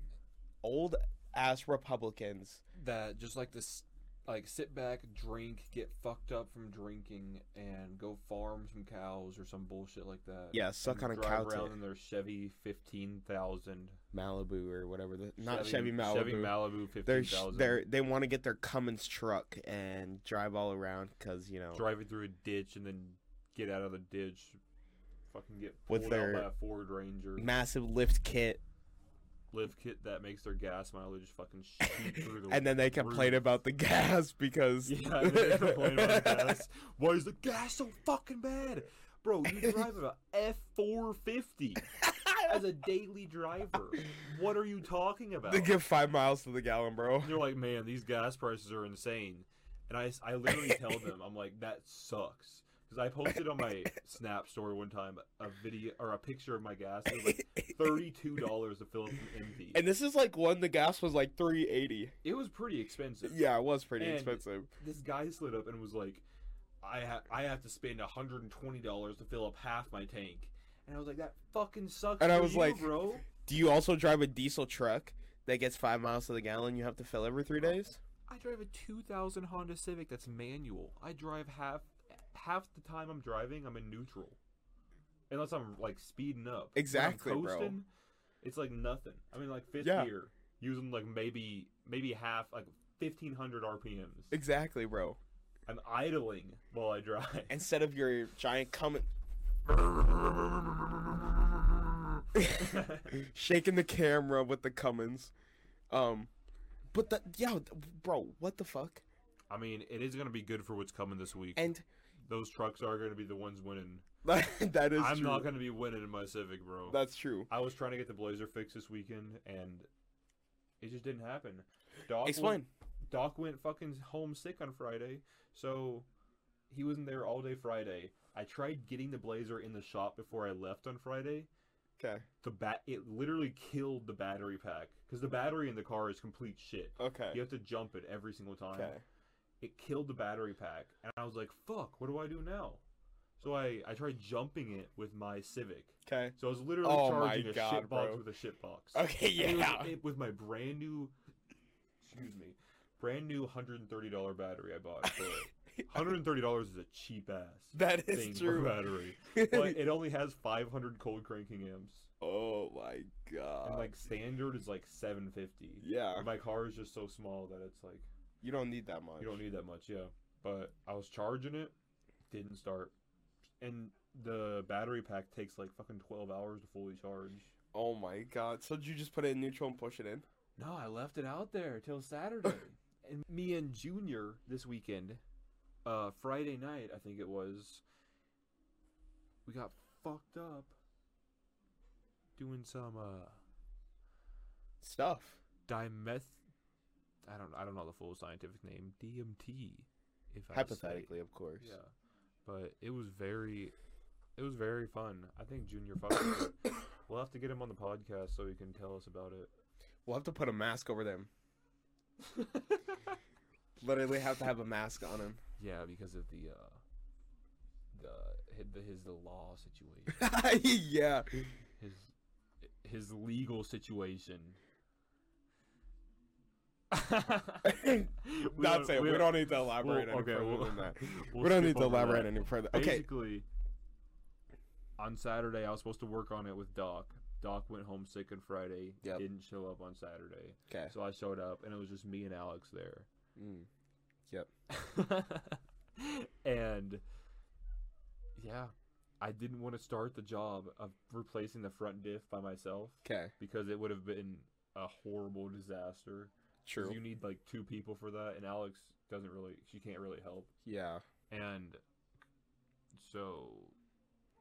old ass Republicans.
That just like this like sit back, drink, get fucked up from drinking, and go farm some cows or some bullshit like that.
Yeah, suck
and
on a cow
drive
tit.
around in their Chevy fifteen thousand.
Malibu or whatever. The, not Chevy, Malibu.
Chevy Malibu fifteen
they're, sh-
thousand.
they're they want to get their Cummins truck and drive all around because you know
driving through a ditch and then get out of the ditch, fucking get
With
pulled
their-
out by a Ford Ranger.
massive lift kit,
Live kit that makes their gas mileage
*laughs*
fucking shoot through the
and then they complain
roof.
about the *laughs* gas because
*laughs* Yeah, and then they complain
*laughs*
about gas. Why is the gas so fucking bad? Bro,
*laughs*
you drive an F four fifty as a daily driver. What are you talking about?
they give five miles to the gallon, bro.
They're like, man, these gas prices are insane. And I, s-
*laughs*
I literally tell them, I'm like, that sucks. Because I posted on my Snap story one time a video or a picture of my gas. It
*laughs*
was like thirty-two dollars to fill up an empty.
And this is like when the gas was like three eighty.
it was pretty expensive.
Yeah, it was pretty
And-
expensive.
This guy slid up and was like, I ha- I have to spend hundred and twenty dollars to fill up half my tank. And I was like, that fucking sucks.
And I
for
was
you,
like,
bro,
Do you also drive a diesel truck that gets five miles to the gallon? You have to fill every three days.
I drive a 2000 Honda Civic that's manual. I drive half half the time I'm driving, I'm in neutral. Unless I'm like speeding up. When I'm
Exactly, bro.
It's like nothing. I mean like fifth
Yeah.
gear using like maybe maybe half like 1500 RPMs.
Exactly, bro.
I'm idling while I drive. *laughs*
Instead of your giant Cummins shaking the camera with the Cummins, um, but the yeah, bro, what the fuck? *laughs*
I mean, it is going to be good for what's coming this week.
And
Those trucks are going to be the ones winning.
that is
I'm
true.
not going to be winning in my Civic, bro.
That's true.
I was trying to get the Blazer fixed this weekend, and it just didn't happen. Doc
Explain.
Went, Doc went fucking home sick on Friday, so he wasn't there all day Friday. I tried getting the Blazer in the shop before I left on Friday.
Okay.
The bat it literally killed the battery pack because the battery in the car is complete shit.
Okay.
You have to jump it every single time.
Okay.
It killed the battery pack, and I was like, "Fuck, what do I do now?" So I I tried jumping it with my Civic.
Okay.
So I was literally
Oh my
charging a
God,
shit box
bro.
with a shit box.
Okay.
And it was-
Yeah.
it- with my brand new, excuse me, brand new hundred and thirty dollar battery I bought. For
*laughs*
it. hundred and thirty dollars is a cheap ass
*laughs* That
thing
is
for
*laughs* true.
battery, but it only has five hundred cold cranking amps,
oh my
and
god.
like standard is like seven fifty.
yeah.
My car is just so small that it's like
You don't need that much.
you don't need that much, yeah. But I was charging it, didn't start, and the battery pack takes like fucking twelve hours to fully charge.
Oh my god. So did you just put it in neutral and push it in?
No, I left it out there
*laughs*
till Saturday. and me and Junior this weekend, uh, Friday night, I think it was, we got fucked up doing some uh
Stuff.
dimeth I don't I don't know the full scientific name, DMT if I say-
Hypothetically, of course.
Yeah. But it was very it was very fun. I think Junior fucked with it. *coughs* We'll have to get him on the podcast so he can tell us about
We'll have to put a mask over them.
it.
Literally have to have a mask on him.
Yeah, because of the uh, the hi- the his law
*laughs*
situation,
*laughs* yeah.
his his
*laughs*
legal situation.
That's it. We don't need to
we'll-
elaborate any
okay,
further
we'll-
than that.
we'll
we don't
skip
need to
over
elaborate
that.
any further. Okay.
Basically, on Saturday I was supposed to work on it with Doc. Doc went home sick on Friday.
Yep.
Didn't show up on Saturday,
Okay.
so I showed up, and it was just me and Alex there.
Mm.
*laughs* and yeah, I didn't want to start the job of replacing the front diff by myself
Okay.
because it would have been a horrible disaster. 'Cause
True.
You need like two people for that, and Alex doesn't really, she can't really help.
Yeah.
And so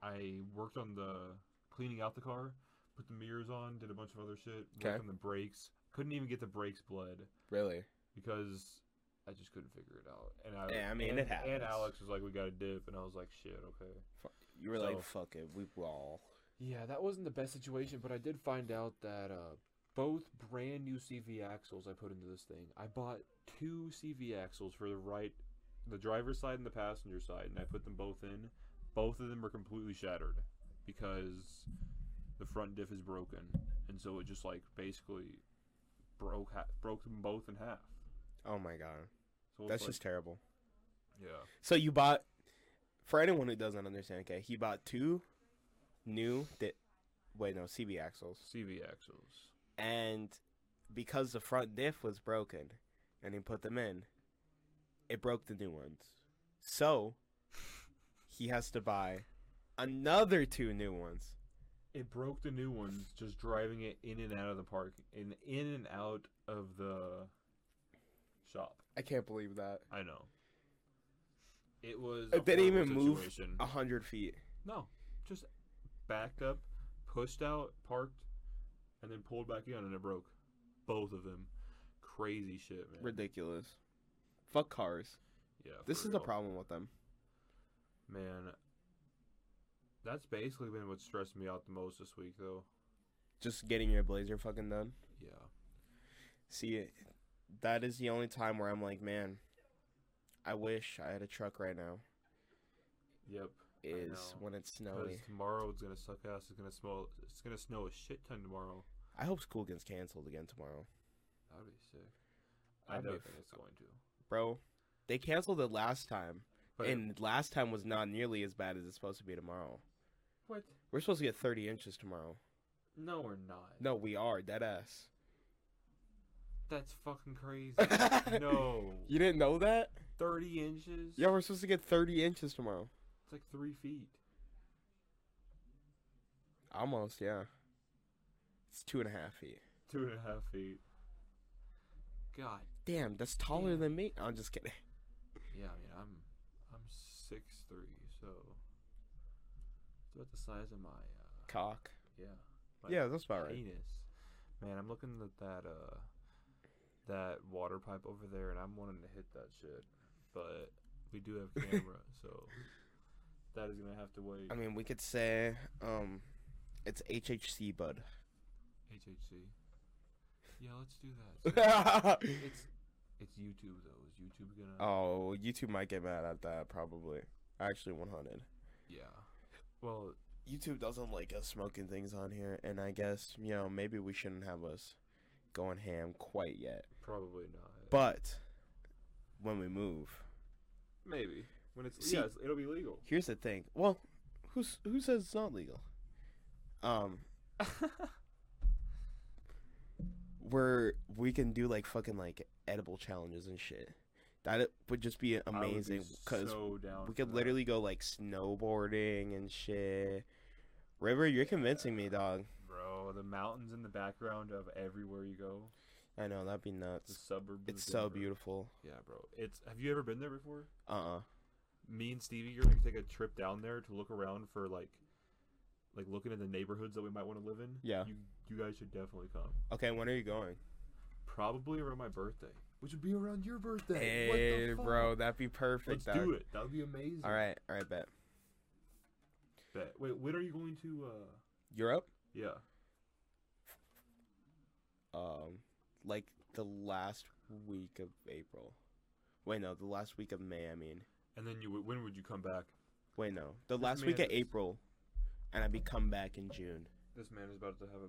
I worked on the cleaning out the car, put the mirrors on, did a bunch of other shit,
Okay.
worked on the brakes. Couldn't even get the brakes bled
Really.
because I just couldn't figure it out. And I,
Yeah, I mean,
and,
it happens.
And Alex was like, "We got a dip," and I was like, "Shit, okay."
You were
So-
like, fuck it. We all.
Yeah, that wasn't the best situation, but I did find out that uh, both brand new CV axles I put into this thing. I bought two CV axles for the right, the driver's side and the passenger side, and I put them both in. Both of them are completely shattered because the front diff is broken, and so it just like basically broke ha- broke them both in half.
Oh my god.
So it's
That's
like-
just terrible.
yeah.
So you bought, for anyone who doesn't understand, okay, he bought two new, di- wait, no, CB axles.
CV axles.
And because the front diff was broken and he put them in, it broke the new ones. So he has to buy another two new ones.
It broke the new ones just driving it in and out of the park in in and out of the shop.
I can't believe that.
I know. It was
It didn't
horrible
even move Oh.
situation.
A hundred feet.
No, just backed up, pushed out, parked, and then pulled back in, and it broke. Both of them. Crazy shit, man.
Ridiculous. Fuck cars.
yeah, for
This is the
real.
problem with them.
man. That's basically been what stressed me out the most this week, though.
Just getting your blazer fucking done.
Yeah,
See, that is the only time where I'm like, man, I wish I had a truck right now.
yep.
Is
know.
when it's
Because
snowy.
tomorrow it's gonna suck ass. It's gonna smell. It's gonna snow a shit ton tomorrow.
I hope school gets canceled again tomorrow.
That'd be sick. I
That'd
don't
be
think it's going to.
Bro, they canceled it last time.
But it-
and last time was not nearly as bad as it's supposed to be tomorrow.
what?
We're supposed to get 30 inches tomorrow.
No, we're not.
No, we are, dead ass.
That's fucking
*laughs*
crazy. no,
You didn't know that?
thirty inches.
Yeah, we're supposed to get 30 inches tomorrow.
It's like three feet.
Almost, yeah. It's two and a half feet.
Two and a half feet. God
Damn, that's taller
Damn.
than me. I'm just kidding.
yeah, I mean I'm I'm six three, so it's about the size of my uh
Cock.
yeah. my
Yeah, that's about right.
penis. Man, I'm looking at that uh that water pipe over there and I'm wanting to hit that shit. But we do
*laughs*
have camera, so that is gonna have to wait.
I mean, we could say um, it's HHC bud.
HHC. Yeah, let's do that.
*laughs*
So it's
oh,
it's YouTube though. Is YouTube gonna
YouTube might get mad at that probably. Actually, 100.
Yeah. Well,
YouTube doesn't like us smoking things on here, and I guess you know maybe we shouldn't have us going ham quite yet.
probably not.
But when we move,
Maybe when it's
See-
yeah, it's- it'll be legal.
here's the thing. Well, who's who says it's not legal? *laughs* Um, where we can do like fucking like edible challenges and shit. That it would just be amazing because we could literally go like snowboarding and shit. River, you're convincing me, dog.
bro, the mountains in the background of everywhere you go,
I know that'd be
the
nuts.
suburbs.
It's
of
so
Denver.
beautiful.
Yeah, bro. It's have you ever been there before?
Uh uh
Me and Stevie are gonna take a trip down there to look around for like, like looking at the neighborhoods that we might want to live in.
Yeah.
you you guys should definitely come.
Okay, when are you going?
Probably around my birthday, which would be around your birthday. what
Hey,
the fuck?
bro, Oh, that'd be
Let's
perfect.
do it. That would be amazing.
All right, all right, bet.
Bet. Wait, when are you going to? uh
Europe,
Yeah.
um, like the last week of April. Wait, no, the last week of May. I mean,
And then you would- when would you come back?
wait, no, the
This
last week
man
of
is-
April, and I'd be come back in June.
This man is about to have a,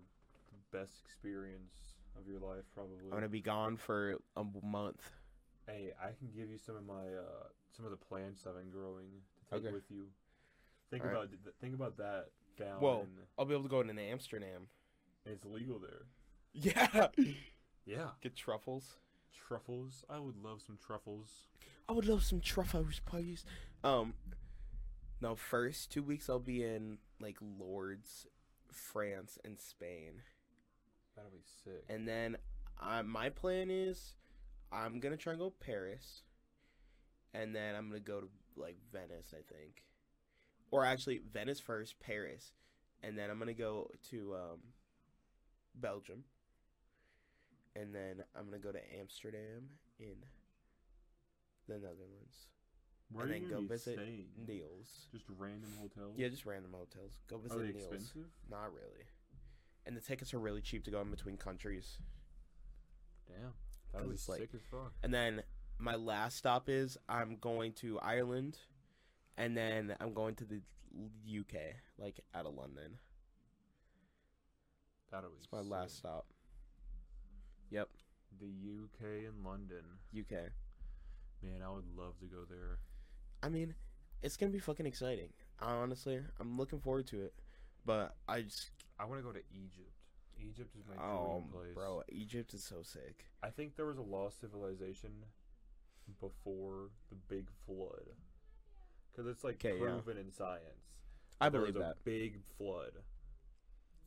the best experience of your life, probably.
I'm gonna be gone for a month.
Hey, I can give you some of my uh, some of the plants I've been growing to take
Okay.
with you. Think
Alright.
about th- think about that down.
Well-
in-
I'll be able to go to Amsterdam. *laughs*
and it's legal there.
Yeah,
Yeah,
get truffles.
truffles. I would love some truffles.
I would love some truffles, please. Um, no, first two weeks I'll be in like Lourdes, France, and Spain.
That'll be sick.
And then I, my plan is I'm going to try and go Paris. And then I'm going to go to like Venice, I think. Or actually, Venice first, Paris. And then I'm going to go to um, Belgium. And then I'm going to go to Amsterdam in the Netherlands.
Where
and
are you
then
gonna
go
be
visit
staying?
Niels.
Just random hotels.
Yeah, just random hotels. Go
Are they
visit Niels.
expensive?
Not really. And the tickets are really cheap to go in between countries.
Damn,
'Cause
that'll be
it's like-
sick as fuck.
And then my last stop is I'm going to Ireland, and then I'm going to the UK, like out of London.
That'll be.
It's my
sick.
last stop.
The UK and London.
UK.
Man, I would love to go there.
I mean, it's gonna be fucking exciting. I honestly, I'm looking forward to it, but I just
I want to go to Egypt. Egypt is my dream
oh,
place.
bro, Egypt is so sick.
I think there was a lost civilization before the big flood. Because it's like
Okay, yeah.
proven in science.
I
There
believe
was a
that.
big flood.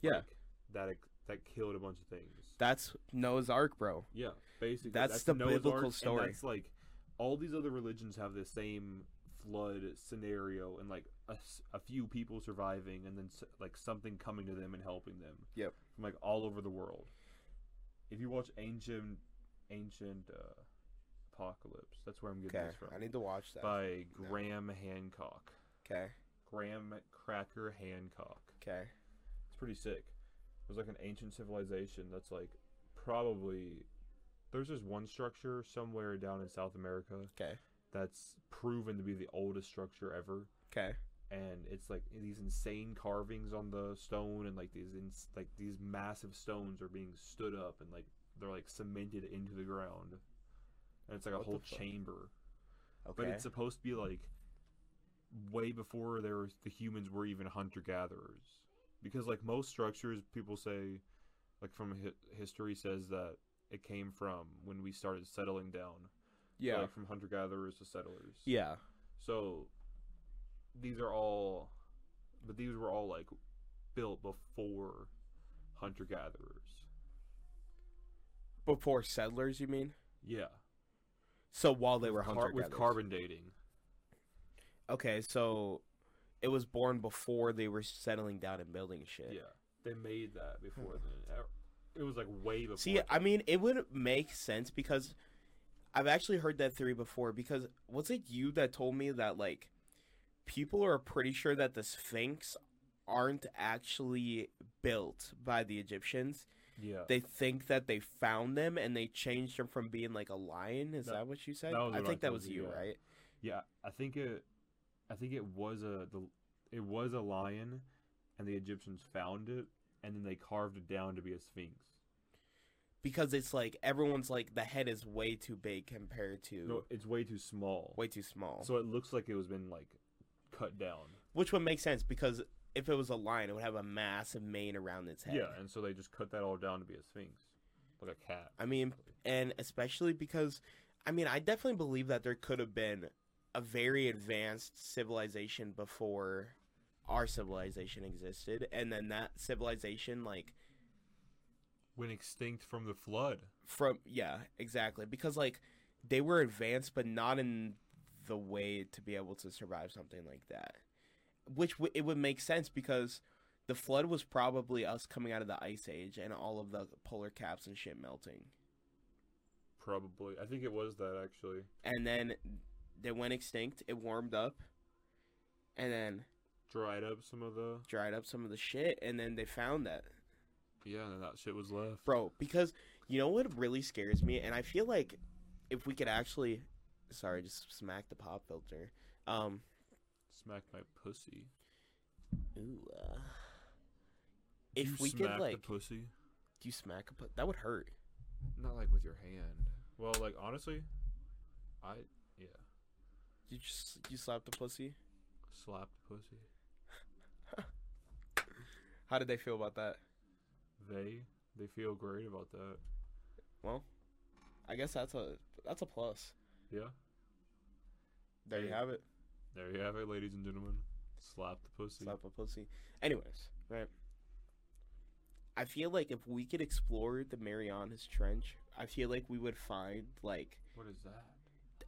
Yeah,
like, that ex- that killed a bunch of things.
that's Noah's Ark, bro.
Yeah, basically.
That's the biblical
and
story.
That's like all these other religions have the same flood scenario and like a, s- a few people surviving and then s- like something coming to them and helping them.
Yep.
From like all over the world. If you watch ancient ancient uh, apocalypse, that's where I'm getting
Okay,
this from.
I need to watch that.
by
No.
Graham Hancock.
Okay,
Graham Cracker Hancock.
okay,
It's pretty sick. It was like an ancient civilization that's like probably there's this one structure somewhere down in South America
okay,
that's proven to be the oldest structure ever.
okay.
And it's like these insane carvings on the stone, and like these ins- like these massive stones are being stood up, and like they're like cemented into the ground, and it's like a
What the
whole
fuck?
chamber.
Okay.
But it's supposed to be like way before there was, the humans were even hunter gatherers, because like most structures, people say, like from hi- history says that it came from when we started settling down,
yeah.
like from hunter gatherers to settlers,
yeah.
So these are all, but these were all like built before hunter gatherers.
Before settlers, you mean?
Yeah,
So while they were
Car-
hunter
with carbon dating.
Okay, so it was born before they were settling down and building shit.
Yeah, they made that before then. It was like way before.
See, I mean, it would make sense because I've actually heard that theory before. Because was it you that told me that like people are pretty sure that the Sphinx aren't actually built by the Egyptians?
yeah,
They think that they found them and they changed them from being like a lion. Is
That-
that what you said?
that was
I
what I
think that
told
was
you,
you,
yeah.
right?
yeah. I think it, I think it was a the, it was a lion, and the Egyptians found it, and then they carved it down to be a sphinx.
Because it's like everyone's like the head is way too big compared to
No, it's way too small.
way too small.
so it looks like it was been like cut down.
Which would make sense because if it was a lion, it would have a massive mane around its head.
Yeah, and so they just cut that all down to be a sphinx, like a cat.
I mean, and especially because, I mean, I definitely believe that there could have been a very advanced civilization before our civilization existed, and then that civilization, like,
went extinct from the flood.
from yeah, exactly, because like they were advanced, but not in the way to be able to survive something like that. Which w- it would make sense because the flood was probably us coming out of the ice age and all of the polar caps and shit melting.
Probably, I think it was that actually.
and then they went extinct. It warmed up, and then
Dried up some of the
dried up some of the shit, and then they found that,
yeah, and then that shit was left.
bro. Because you know what really scares me, and I feel like if we could actually, sorry, just smack the pop filter. Um,
Smack my pussy.
ooh, uh, if we could like,
pussy,
you smack a pu- that would hurt.
not like with your hand. Well, like honestly, I yeah,
You just you slapped the pussy.
slap the pussy.
How did they feel about that?
They they feel great about that.
Well, I guess that's a that's a plus.
Yeah,
There you
Hey.
have it.
there you have it, ladies and gentlemen. Slap the pussy.
slap a pussy. Anyways, right. I feel like if we could explore the Marianas Trench, I feel like we would find like
What is that?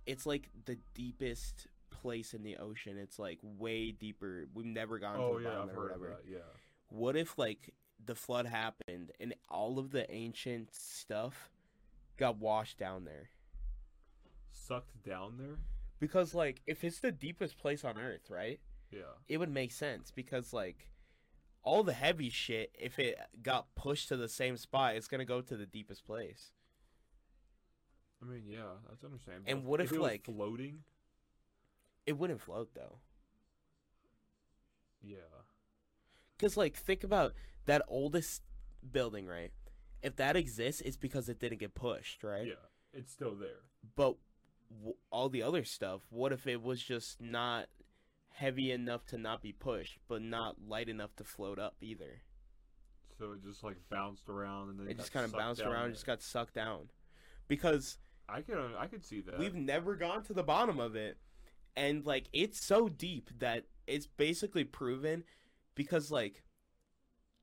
it's like the deepest place in the ocean. It's like way deeper. We've never gone
Oh
to the
yeah,
bottom
I've
or
heard of
whatever.
that. Yeah,
What if like the flood happened and all of the ancient stuff got washed down there?
sucked down there.
Because like if it's the deepest place on earth, right?
Yeah,
it would make sense because like all the heavy shit if it got pushed to the same spot it's gonna go to the deepest place
I mean yeah, that's understandable.
And what if,
it was
like-
floating?
it wouldn't float though
Yeah,
because like think about that oldest building right if that exists it's because it didn't get pushed right
yeah, it's still there.
but
w- all the other stuff. What if it was just not heavy enough to not be pushed, but not light enough to float up either?
So it just like bounced around and then
It, just
got
kind of
sucked
bounced
down
around,
there.
just got sucked down. Because
I could I could see that.
we've never gone to the bottom of it. And like it's so deep that it's basically proven because like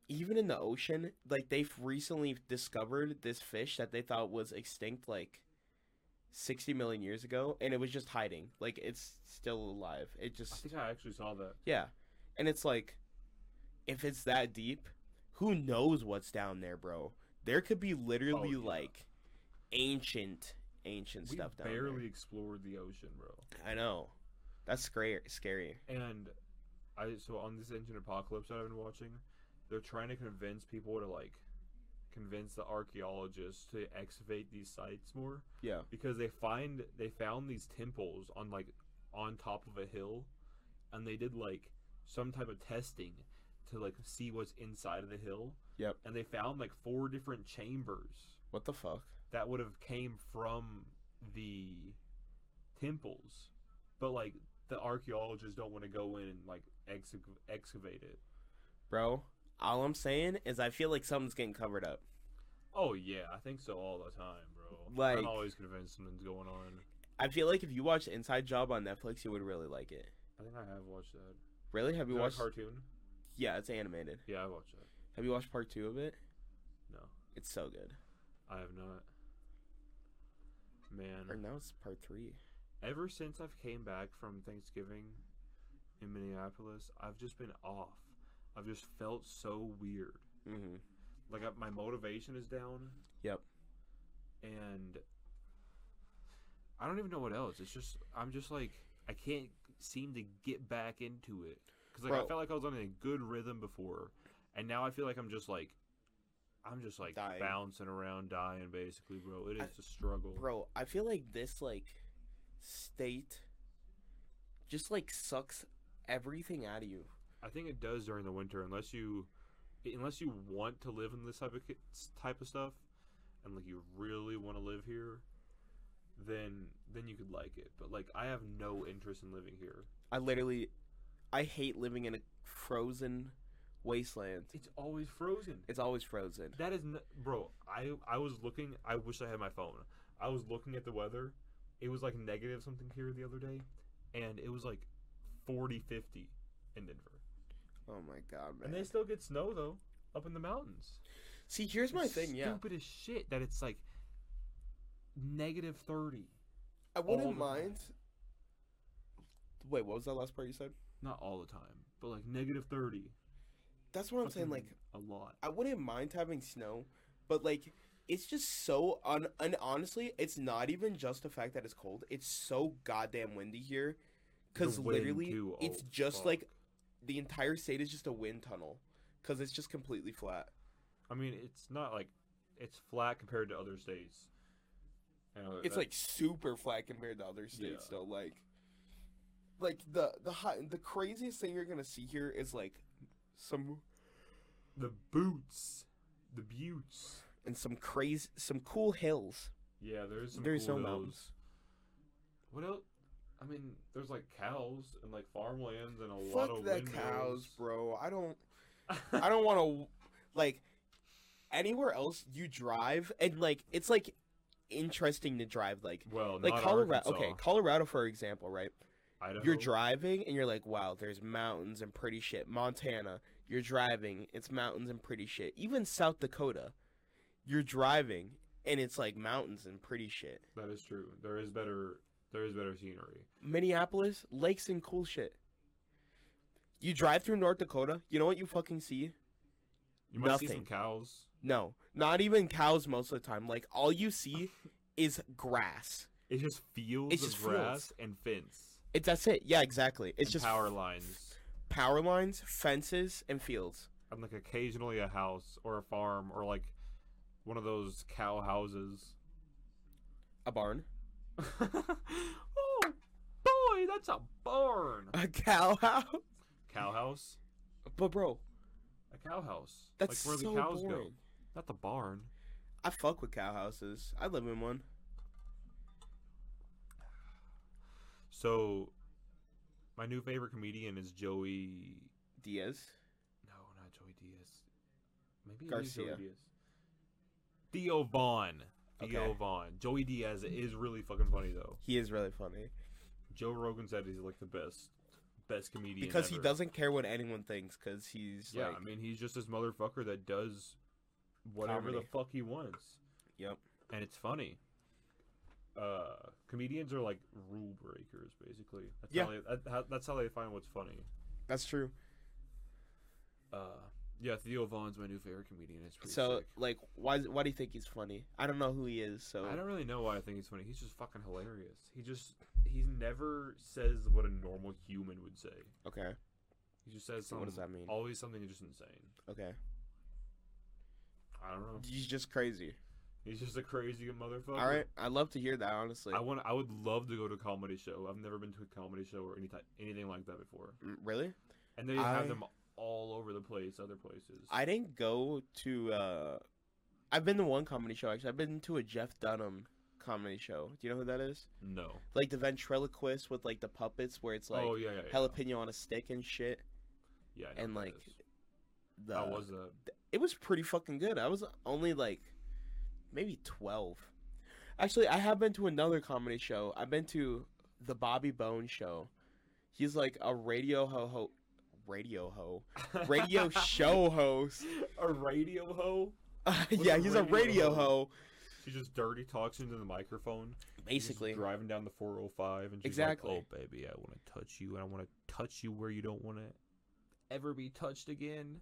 even in the ocean, like they've recently discovered this fish that they thought was extinct like 60 million years ago and it was just hiding. Like it's still alive. It
I
just
think I actually saw that.
yeah. And it's like, if it's that deep, who knows what's down there, bro? There could be literally
Oh, yeah.
like ancient, ancient
We
stuff down
barely explored the ocean, bro.
there. I know. That's scary. Scary.
And I so on this ancient apocalypse that I've been watching, they're trying to convince people to like convince the archaeologists to excavate these sites more
Yeah.
because they find they found these temples on like on top of a hill and they did like some type of testing to like see what's inside of the hill
Yep.
and they found like four different chambers
What the fuck?
that would have came from the temples but like the archaeologists don't want to go in and like exca- excavate it
Bro, all I'm saying is I feel like something's getting covered up.
oh yeah i think so all the time bro
Like-
i'm always convinced something's going on
I feel like if you watched Inside Job on Netflix, you would really like it.
i think i have watched that
Really? Have
Is
you
that a
watched?
cartoon
Yeah, it's animated.
yeah i watched that
Have you watched part two of it?
no
It's so good.
I have not.
Or
Man,
now it's part three.
ever since I've came back from Thanksgiving in Minneapolis, I've just been off. I've just felt so weird.
Mm-hmm.
Like I, my motivation is down.
Yep.
And I don't even know what else. It's just I'm just like I can't seem to get back into it because like I
Bro.
felt like I was on a good rhythm before, and now I feel like I'm just like I'm just like
Dying.
bouncing around, dying basically, bro. It is
I-
a struggle.
bro i feel like this like state just like sucks everything out of you
I think it does during the winter, unless you, unless you want to live in this type of ki- s- type of stuff, and like you really want to live here, then then you could like it. But like I have no interest in living here.
i literally i hate living in a frozen wasteland
It's always frozen.
it's always frozen
That is, n- bro. I I was looking. I wish I had my phone. I was looking at the weather. It was like negative something here the other day, and it was like 40, 50 in Denver.
oh my god
And
man
they still get snow though up in the mountains.
see here's my
It's
thing yeah
Stupid as shit that it's like negative thirty.
i
all the-
wouldn't mind wait what was that last part you said
Not all the time, but like negative thirty.
that's what i'm saying like
Fucking a lot.
I wouldn't mind having snow, but like it's just so un- and honestly, it's not even just the fact that it's cold. It's so goddamn windy here cuz
The wind,
literally
too.
it's
Oh,
just
fuck.
like the entire state is just a wind tunnel cuz it's just completely flat.
I mean, it's not like it's flat compared to other states. You know,
It's
that-
like super flat compared to other states
Yeah.
though like like the the high, the craziest thing you're going to see here is like some
the boots, the buttes.
and some crazy some cool hills.
Yeah, there's some
There's
cool
no
hills.
mountains.
What else? I mean, there's like cows and like farmlands and a lot
Fuck
of
the
windmills.
cows, bro. I don't I don't want to like anywhere else you drive and like it's like interesting to drive like
*laughs* well,
like
not
Colorado.
Arkansas.
Okay, Colorado for example, right?
Idaho.
You're driving and you're like, wow, there's mountains and pretty shit. Montana, you're driving, it's mountains and pretty shit. Even South Dakota, you're driving and it's like mountains and pretty shit.
That is true. There is better. There is better scenery.
Minneapolis, lakes and cool shit. You drive through North Dakota, you know what you fucking see?
You might see some
Nothing.
cows.
No, not even cows most of the time. Like all you see is grass.
It's just fields
It's
of
just
grass and fence.
It that's it. Yeah, exactly. It's
and
just
power
f-
lines.
power lines, fences, and fields.
And like occasionally a house or a farm or like one of those cow houses.
*laughs* A barn. *laughs*
oh boy, that's a barn.
A cow house.
Cow house?
But bro,
A cow house.
that's
like where
so
the cows
boring.
go. Not the barn.
I fuck with cow houses. I live in one.
So, my new favorite comedian is Joey.
Diaz.
No, not Joey Diaz. Maybe It
Garcia.
is Joey Diaz. Theo Vaughn. Theo
Okay.
Vaughn. Joey Diaz is really fucking funny though.
He is really funny
Joe Rogan said he's like the best, best comedian
because he
ever.
doesn't care what anyone thinks because he's
Yeah,
like,
I mean he's just this motherfucker that does whatever
Comedy.
the fuck he wants,
yep,
and it's funny. Uh, comedians are like rule breakers, basically. That's
Yeah.
how they, that, how, that's how they find what's funny.
that's true.
Uh, yeah, Theo Vaughn's my new favorite comedian. It's pretty
so
sick.
like, why why do you think he's funny? I don't know who he is. So
I don't really know why I think he's funny. He's just fucking hilarious. He just he never says what a normal human would say.
okay,
He just says
So
something.
what does that mean?
Always something just insane.
okay,
I don't know.
he's just crazy.
He's just a crazy motherfucker.
All right, I'd love to hear that honestly.
I want. I would love to go to a comedy show. I've never been to a comedy show or any type, anything like that before.
Mm, really?
And they
I-
have them all over the place, other places.
I didn't go to. uh I've been to one comedy show actually. I've been to a Jeff Dunham comedy show. Do you know who that is?
no.
Like the ventriloquist with like the puppets, where it's like
oh yeah, yeah, yeah.
jalapeno on a stick and shit.
Yeah, I know
and,
what that
like,
is.
The,
how was that?
it was pretty fucking good. I was only like maybe 12. Actually, I have been to another comedy show. I've been to the Bobby Bone show. He's like a radio ho ho radio
*laughs*
ho radio show host. *laughs*
a radio hoe.
yeah,
a
he's a
radio
radio
ho?
ho
She just dirty talks into the microphone. She's just
basically.
driving down the 405 and she's
Exactly.
like, "Oh baby, I want to touch you and I want to touch you where you don't want to ever be touched again."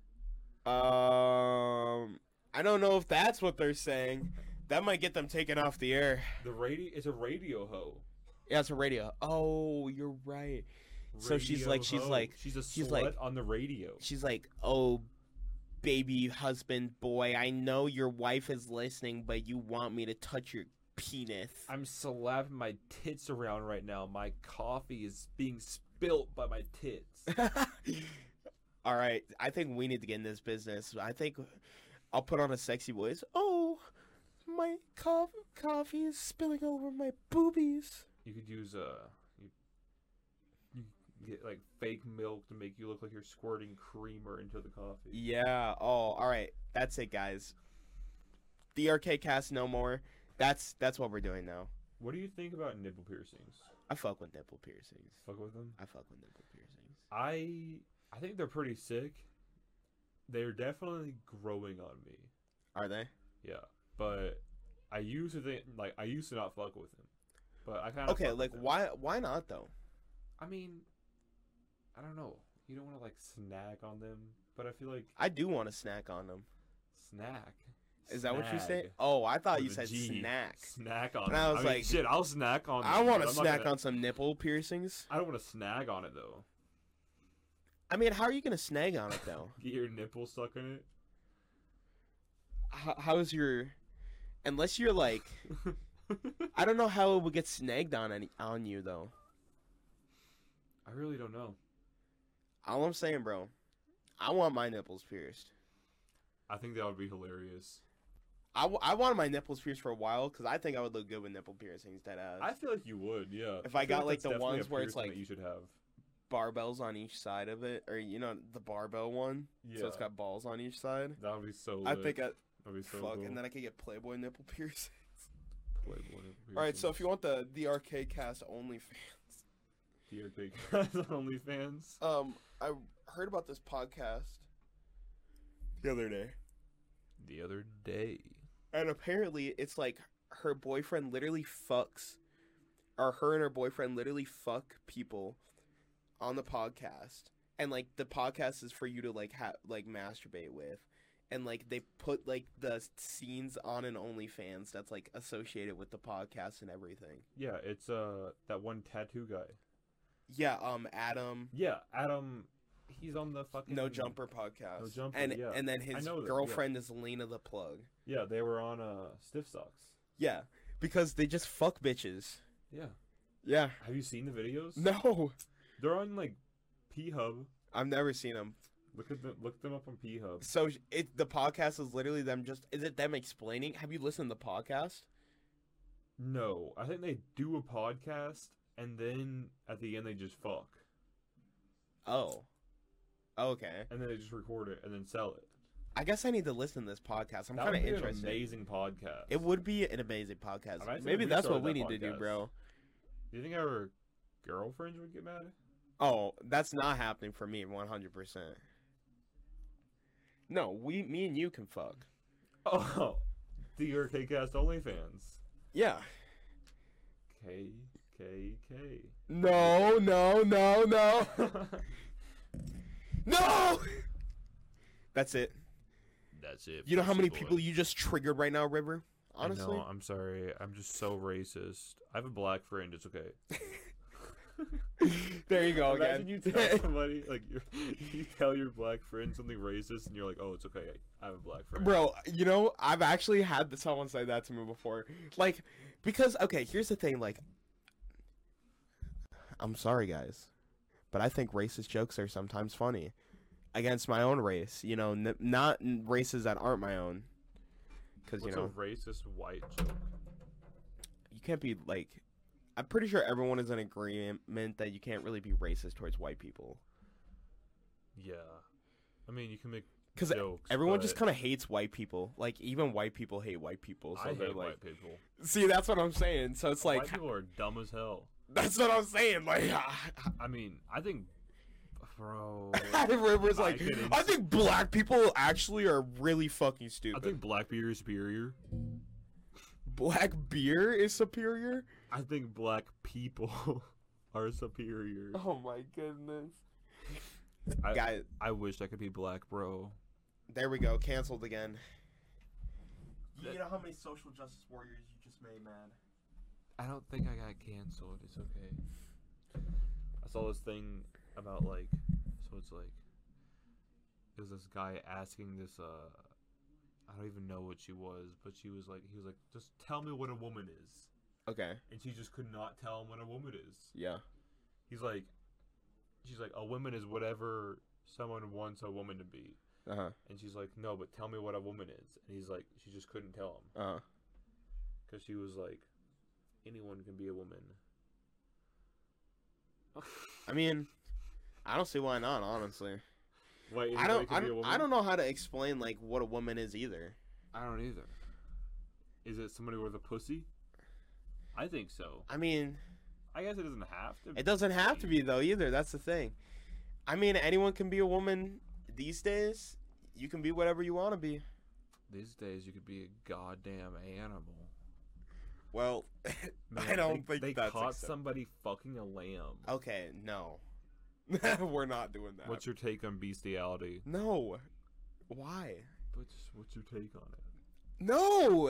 Um I don't know if that's what they're saying. That might get them taken off the air.
The radio it's a radio hoe.
Yeah, it's a radio. Oh, you're right. So she's
Radio
like- she's
hoe.
like-
she's a
she's
slut
like-
on the radio.
she's like, "Oh, baby, husband, boy, I know your wife is listening, but you want me to touch your penis."
I'm slapping my tits around right now. My coffee is being spilt by my
*laughs*
tits.
*laughs* All right, I think we need to get in this business. I think I'll put on a sexy voice. Oh, my co- coffee is spilling over my boobies.
you could use uh you, you get like fake milk to make you look like you're squirting creamer into the coffee.
Yeah. Oh, all right. That's it, guys. The RK cast no more. That's that's what we're doing now.
What do you think about nipple piercings?
I fuck with nipple piercings.
Fuck with them?
I fuck with nipple piercings.
I I think they're pretty sick. They're definitely growing on me.
Are they?
Yeah, but I used to think like I used to not fuck with them, but I kind of
Okay, like why why not though?
I mean, I don't know. You don't want to like snack on them, but I feel like
I do want to snack on them.
snack.
Is that what you say?
Snag
Oh, I thought you
with a
said
G.
snack.
Snack on.
And I
it.
was
mean,
like,
shit. I'll snack on.
I
them,
want
but
to
I'm not
snack
gonna-
on some nipple piercings.
I don't want to snag on it though.
I mean, how are you gonna snag on it
*laughs*
though?
Get your nipple stuck in it.
How, how's your? Unless
*laughs*
you're like, I don't know how it would get snagged on any, on you though.
I really don't know.
All I'm saying, bro, I want my nipples pierced.
I think that would be hilarious.
I, w- I wanted my nipples pierced for a while because I think I would look good with nipple piercings. That uh,
I feel like you would, yeah.
If I
feel
got, like,
that's
the
definitely a
ones where it's,
piercing
like-
that you should have.
barbells on each side of it, or you know the barbell one,
Yeah,
so it's got balls on each side.
that would be so.
I
lit.
think I,
that'd be so
Fuck,
cool.
and then I could get Playboy nipple piercing.
Playboy
All right, so if you
want
want the the arcade cast only fans,
dear big guys *laughs* on OnlyFans,
um, I heard about this podcast the other day,
the other day,
and apparently it's like her boyfriend literally fucks, or her and her boyfriend literally fuck people on the podcast, and like the podcast is for you to like ha- like masturbate with. And like they put like the scenes on an OnlyFans that's like associated with the podcast and everything.
yeah, it's uh that one tattoo guy.
Yeah, um, Adam,
Yeah, Adam, he's on the fucking
No Jumper podcast.
No Jumper,
and
yeah.
and then his
know that, yeah.
girlfriend is Lena the Plug.
Yeah, they were on uh Stiff Socks.
Yeah, because they just fuck bitches.
Yeah,
Yeah.
have you seen the videos?
No,
they're on like P Hub.
I've never seen them.
Look at them, look them up on P Hub.
So it the podcast is literally them just is it them explaining? Have you listened to the podcast?
No, I think they do a podcast and then at the end they just fuck,
Oh. Okay.
and then they just record it and then sell it.
I guess I need to listen to this podcast. I'm
That
kind
would
of
be an
interested.
Amazing podcast.
It would be an amazing podcast.
I'm actually
Maybe
gonna
that's what
restart
we
that
need to do,
podcast.
bro.
Do you think our girlfriends would get mad?
Oh, that's not happening for
*laughs*
me 100%. No, we me and you can fuck.
Oh, *laughs* DRK Cast OnlyFans.
Yeah.
K K K. *laughs*
No, no, no, no. No! That's it.
That's it.
You know how many people you just triggered right now, River? Honestly?
I'm sorry. I'm just so racist. I have a black friend. It's okay.
there you go
Imagine
again.
you
*laughs*
tell somebody like *laughs* you're, you tell your black friend something racist, and you're like, "Oh, it's okay. I have a black friend."
Bro, you know, I've actually had someone say that to me before. Like, because, okay, here's the thing. Like, I'm sorry, guys, but I think racist jokes are sometimes funny against my own race, you know, n- not n- races that aren't my own. Because, you
what's
know,
a racist white joke?
you can't be like. I'm pretty sure everyone is in agreement that you can't really be racist towards white people.
Yeah, I mean, you can make
Because
jokes.
e-, everyone just
but
kind of hates white people. Like, even white people hate white people. So
I
they're
hate
like.
white people.
See, that's what I'm saying. So it's like
white people are dumb as hell.
that's what I'm saying. Like, *laughs*
I mean, I think,
*laughs*
bro.
River's
I
like, *laughs*
couldn't-
I think black people actually are really
I
fucking stupid.
think black beer is superior.
black beer is superior.
I think black people *laughs* are superior.
Oh my goodness,
I-
guys!
I wish I could be black, bro.
There we go. Cancelled again.
You know how many social justice warriors you just made, man.
I don't think I got canceled. It's okay. I saw this thing about like, so it's like, it was this guy asking this. uh I don't even know what she was, but she was like, he was like, just tell me what a woman is,
Okay.
and she just could not tell him what a woman is.
Yeah.
He's like, she's like, a woman is whatever someone wants a woman to be.
Uh huh.
And she's like, no, but tell me what a woman is. And he's like, she just couldn't tell him.
Uh huh.
Because she was like, anyone can be a *laughs* woman.
I mean, I don't see why not. Honestly,
Wait,
I don't. I don't, I don't know how to explain like what a woman is either.
I don't either. Is it somebody with a pussy? I think so.
I mean,
I guess it doesn't have to.
It doesn't have to be though either. That's the thing. I mean, anyone can be a woman these days. You can be whatever you want to be.
These days, you could be a goddamn animal.
Well, I don't
they,
think
they
that's Oh,
caught
accept-
somebody fucking a lamb.
okay, no, *laughs* we're not doing that.
What's your take on bestiality?
no? Why?
What's what's your take on it?
No,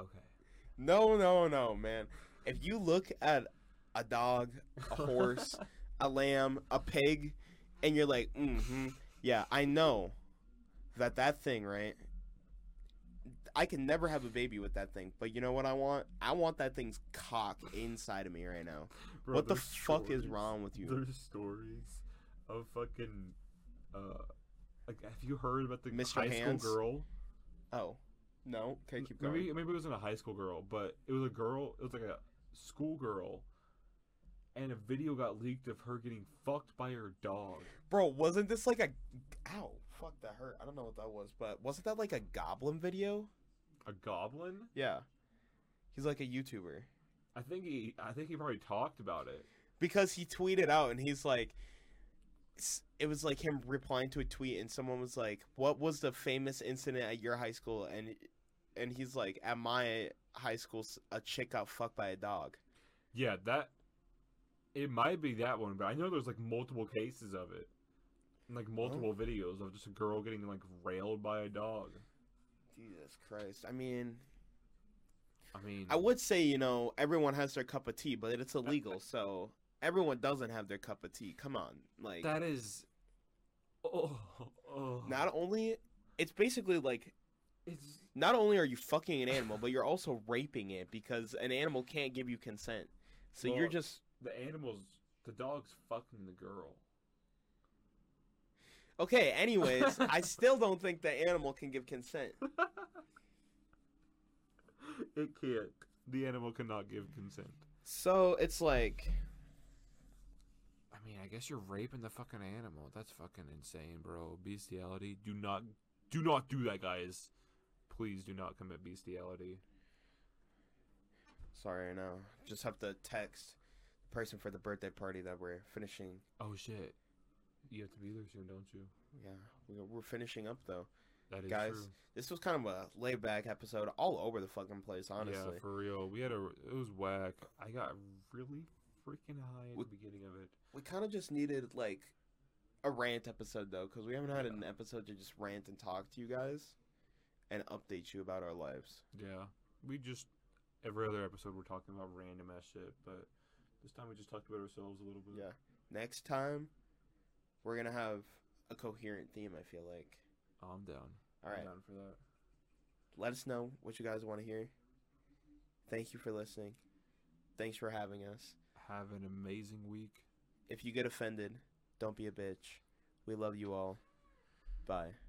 Okay.
no, no, no, man. If you look at a dog,
*laughs*
a horse, a lamb, a pig, and you're like, mm-hmm, yeah, I know that that thing, right? I can never have a baby with that thing, but you know what I want? I want that thing's cock inside of me right now.
Bro,
what the
there's
fuck is
stories-
wrong with you?
There's stories of fucking, uh, like have you heard about the
Mr.
high
Hands?
school girl?
Oh, no. Okay, keep going.
Maybe maybe it wasn't a high school girl, but it was a girl. It was like a school girl, and a video got leaked of her getting fucked by her dog.
Bro, wasn't this like a. Ow, fuck, that hurt. I don't know what that was, but wasn't that like a goblin video?
A goblin?
Yeah. He's like a YouTuber.
I think he I think he probably talked about it.
because he tweeted out and he's like s- it was like him replying to a tweet and someone was like what was the famous incident at your high school and and he's like at my high school s- a chick got fucked by a dog
Yeah, that. It might be that one, but I know there's like multiple cases of it, and like multiple
Oh.
videos of just a girl getting like railed by a dog.
jesus christ i mean
I mean,
i would say you know everyone has their cup of tea but it's illegal so everyone doesn't have their cup of tea come on like
That is, oh, oh.
not only it's basically like
it's
not only are you fucking an animal but you're also raping it because an animal can't give you consent so you're
Well,
just
the animals. The dog's fucking the girl.
Okay, anyways,
*laughs*
I still don't think the animal can give consent.
it can't. The animal cannot give consent.
So it's like
I mean, I guess you're raping the fucking animal. That's fucking insane, bro. Bestiality. Do not, do not do that, guys. Please do not commit bestiality.
Sorry, I know. Just have to text the person for the birthday party that we're finishing.
Oh shit, you have to be there soon, don't you?
Yeah, we- we're finishing up though.
That is
Guys,
true.
This was kind of a laid back episode, all over the fucking place, honestly.
Yeah, for real. We had a. It was whack. I got really freaking high at
Wh-
the beginning of it.
we kind of just needed like a rant episode though, because we haven't had an episode to just rant and talk to you guys and update you about our lives.
Yeah, we just every other episode we're talking about random ass shit, but this time we just talked about ourselves a little bit.
Yeah. Next time, we're gonna have a coherent theme. I feel like.
I'm down.
All right.
I'm down for that.
Let us know what you guys want to hear. Thank you for listening. Thanks for having us.
Have an amazing week.
If you get offended, don't be a bitch. We love you all. Bye.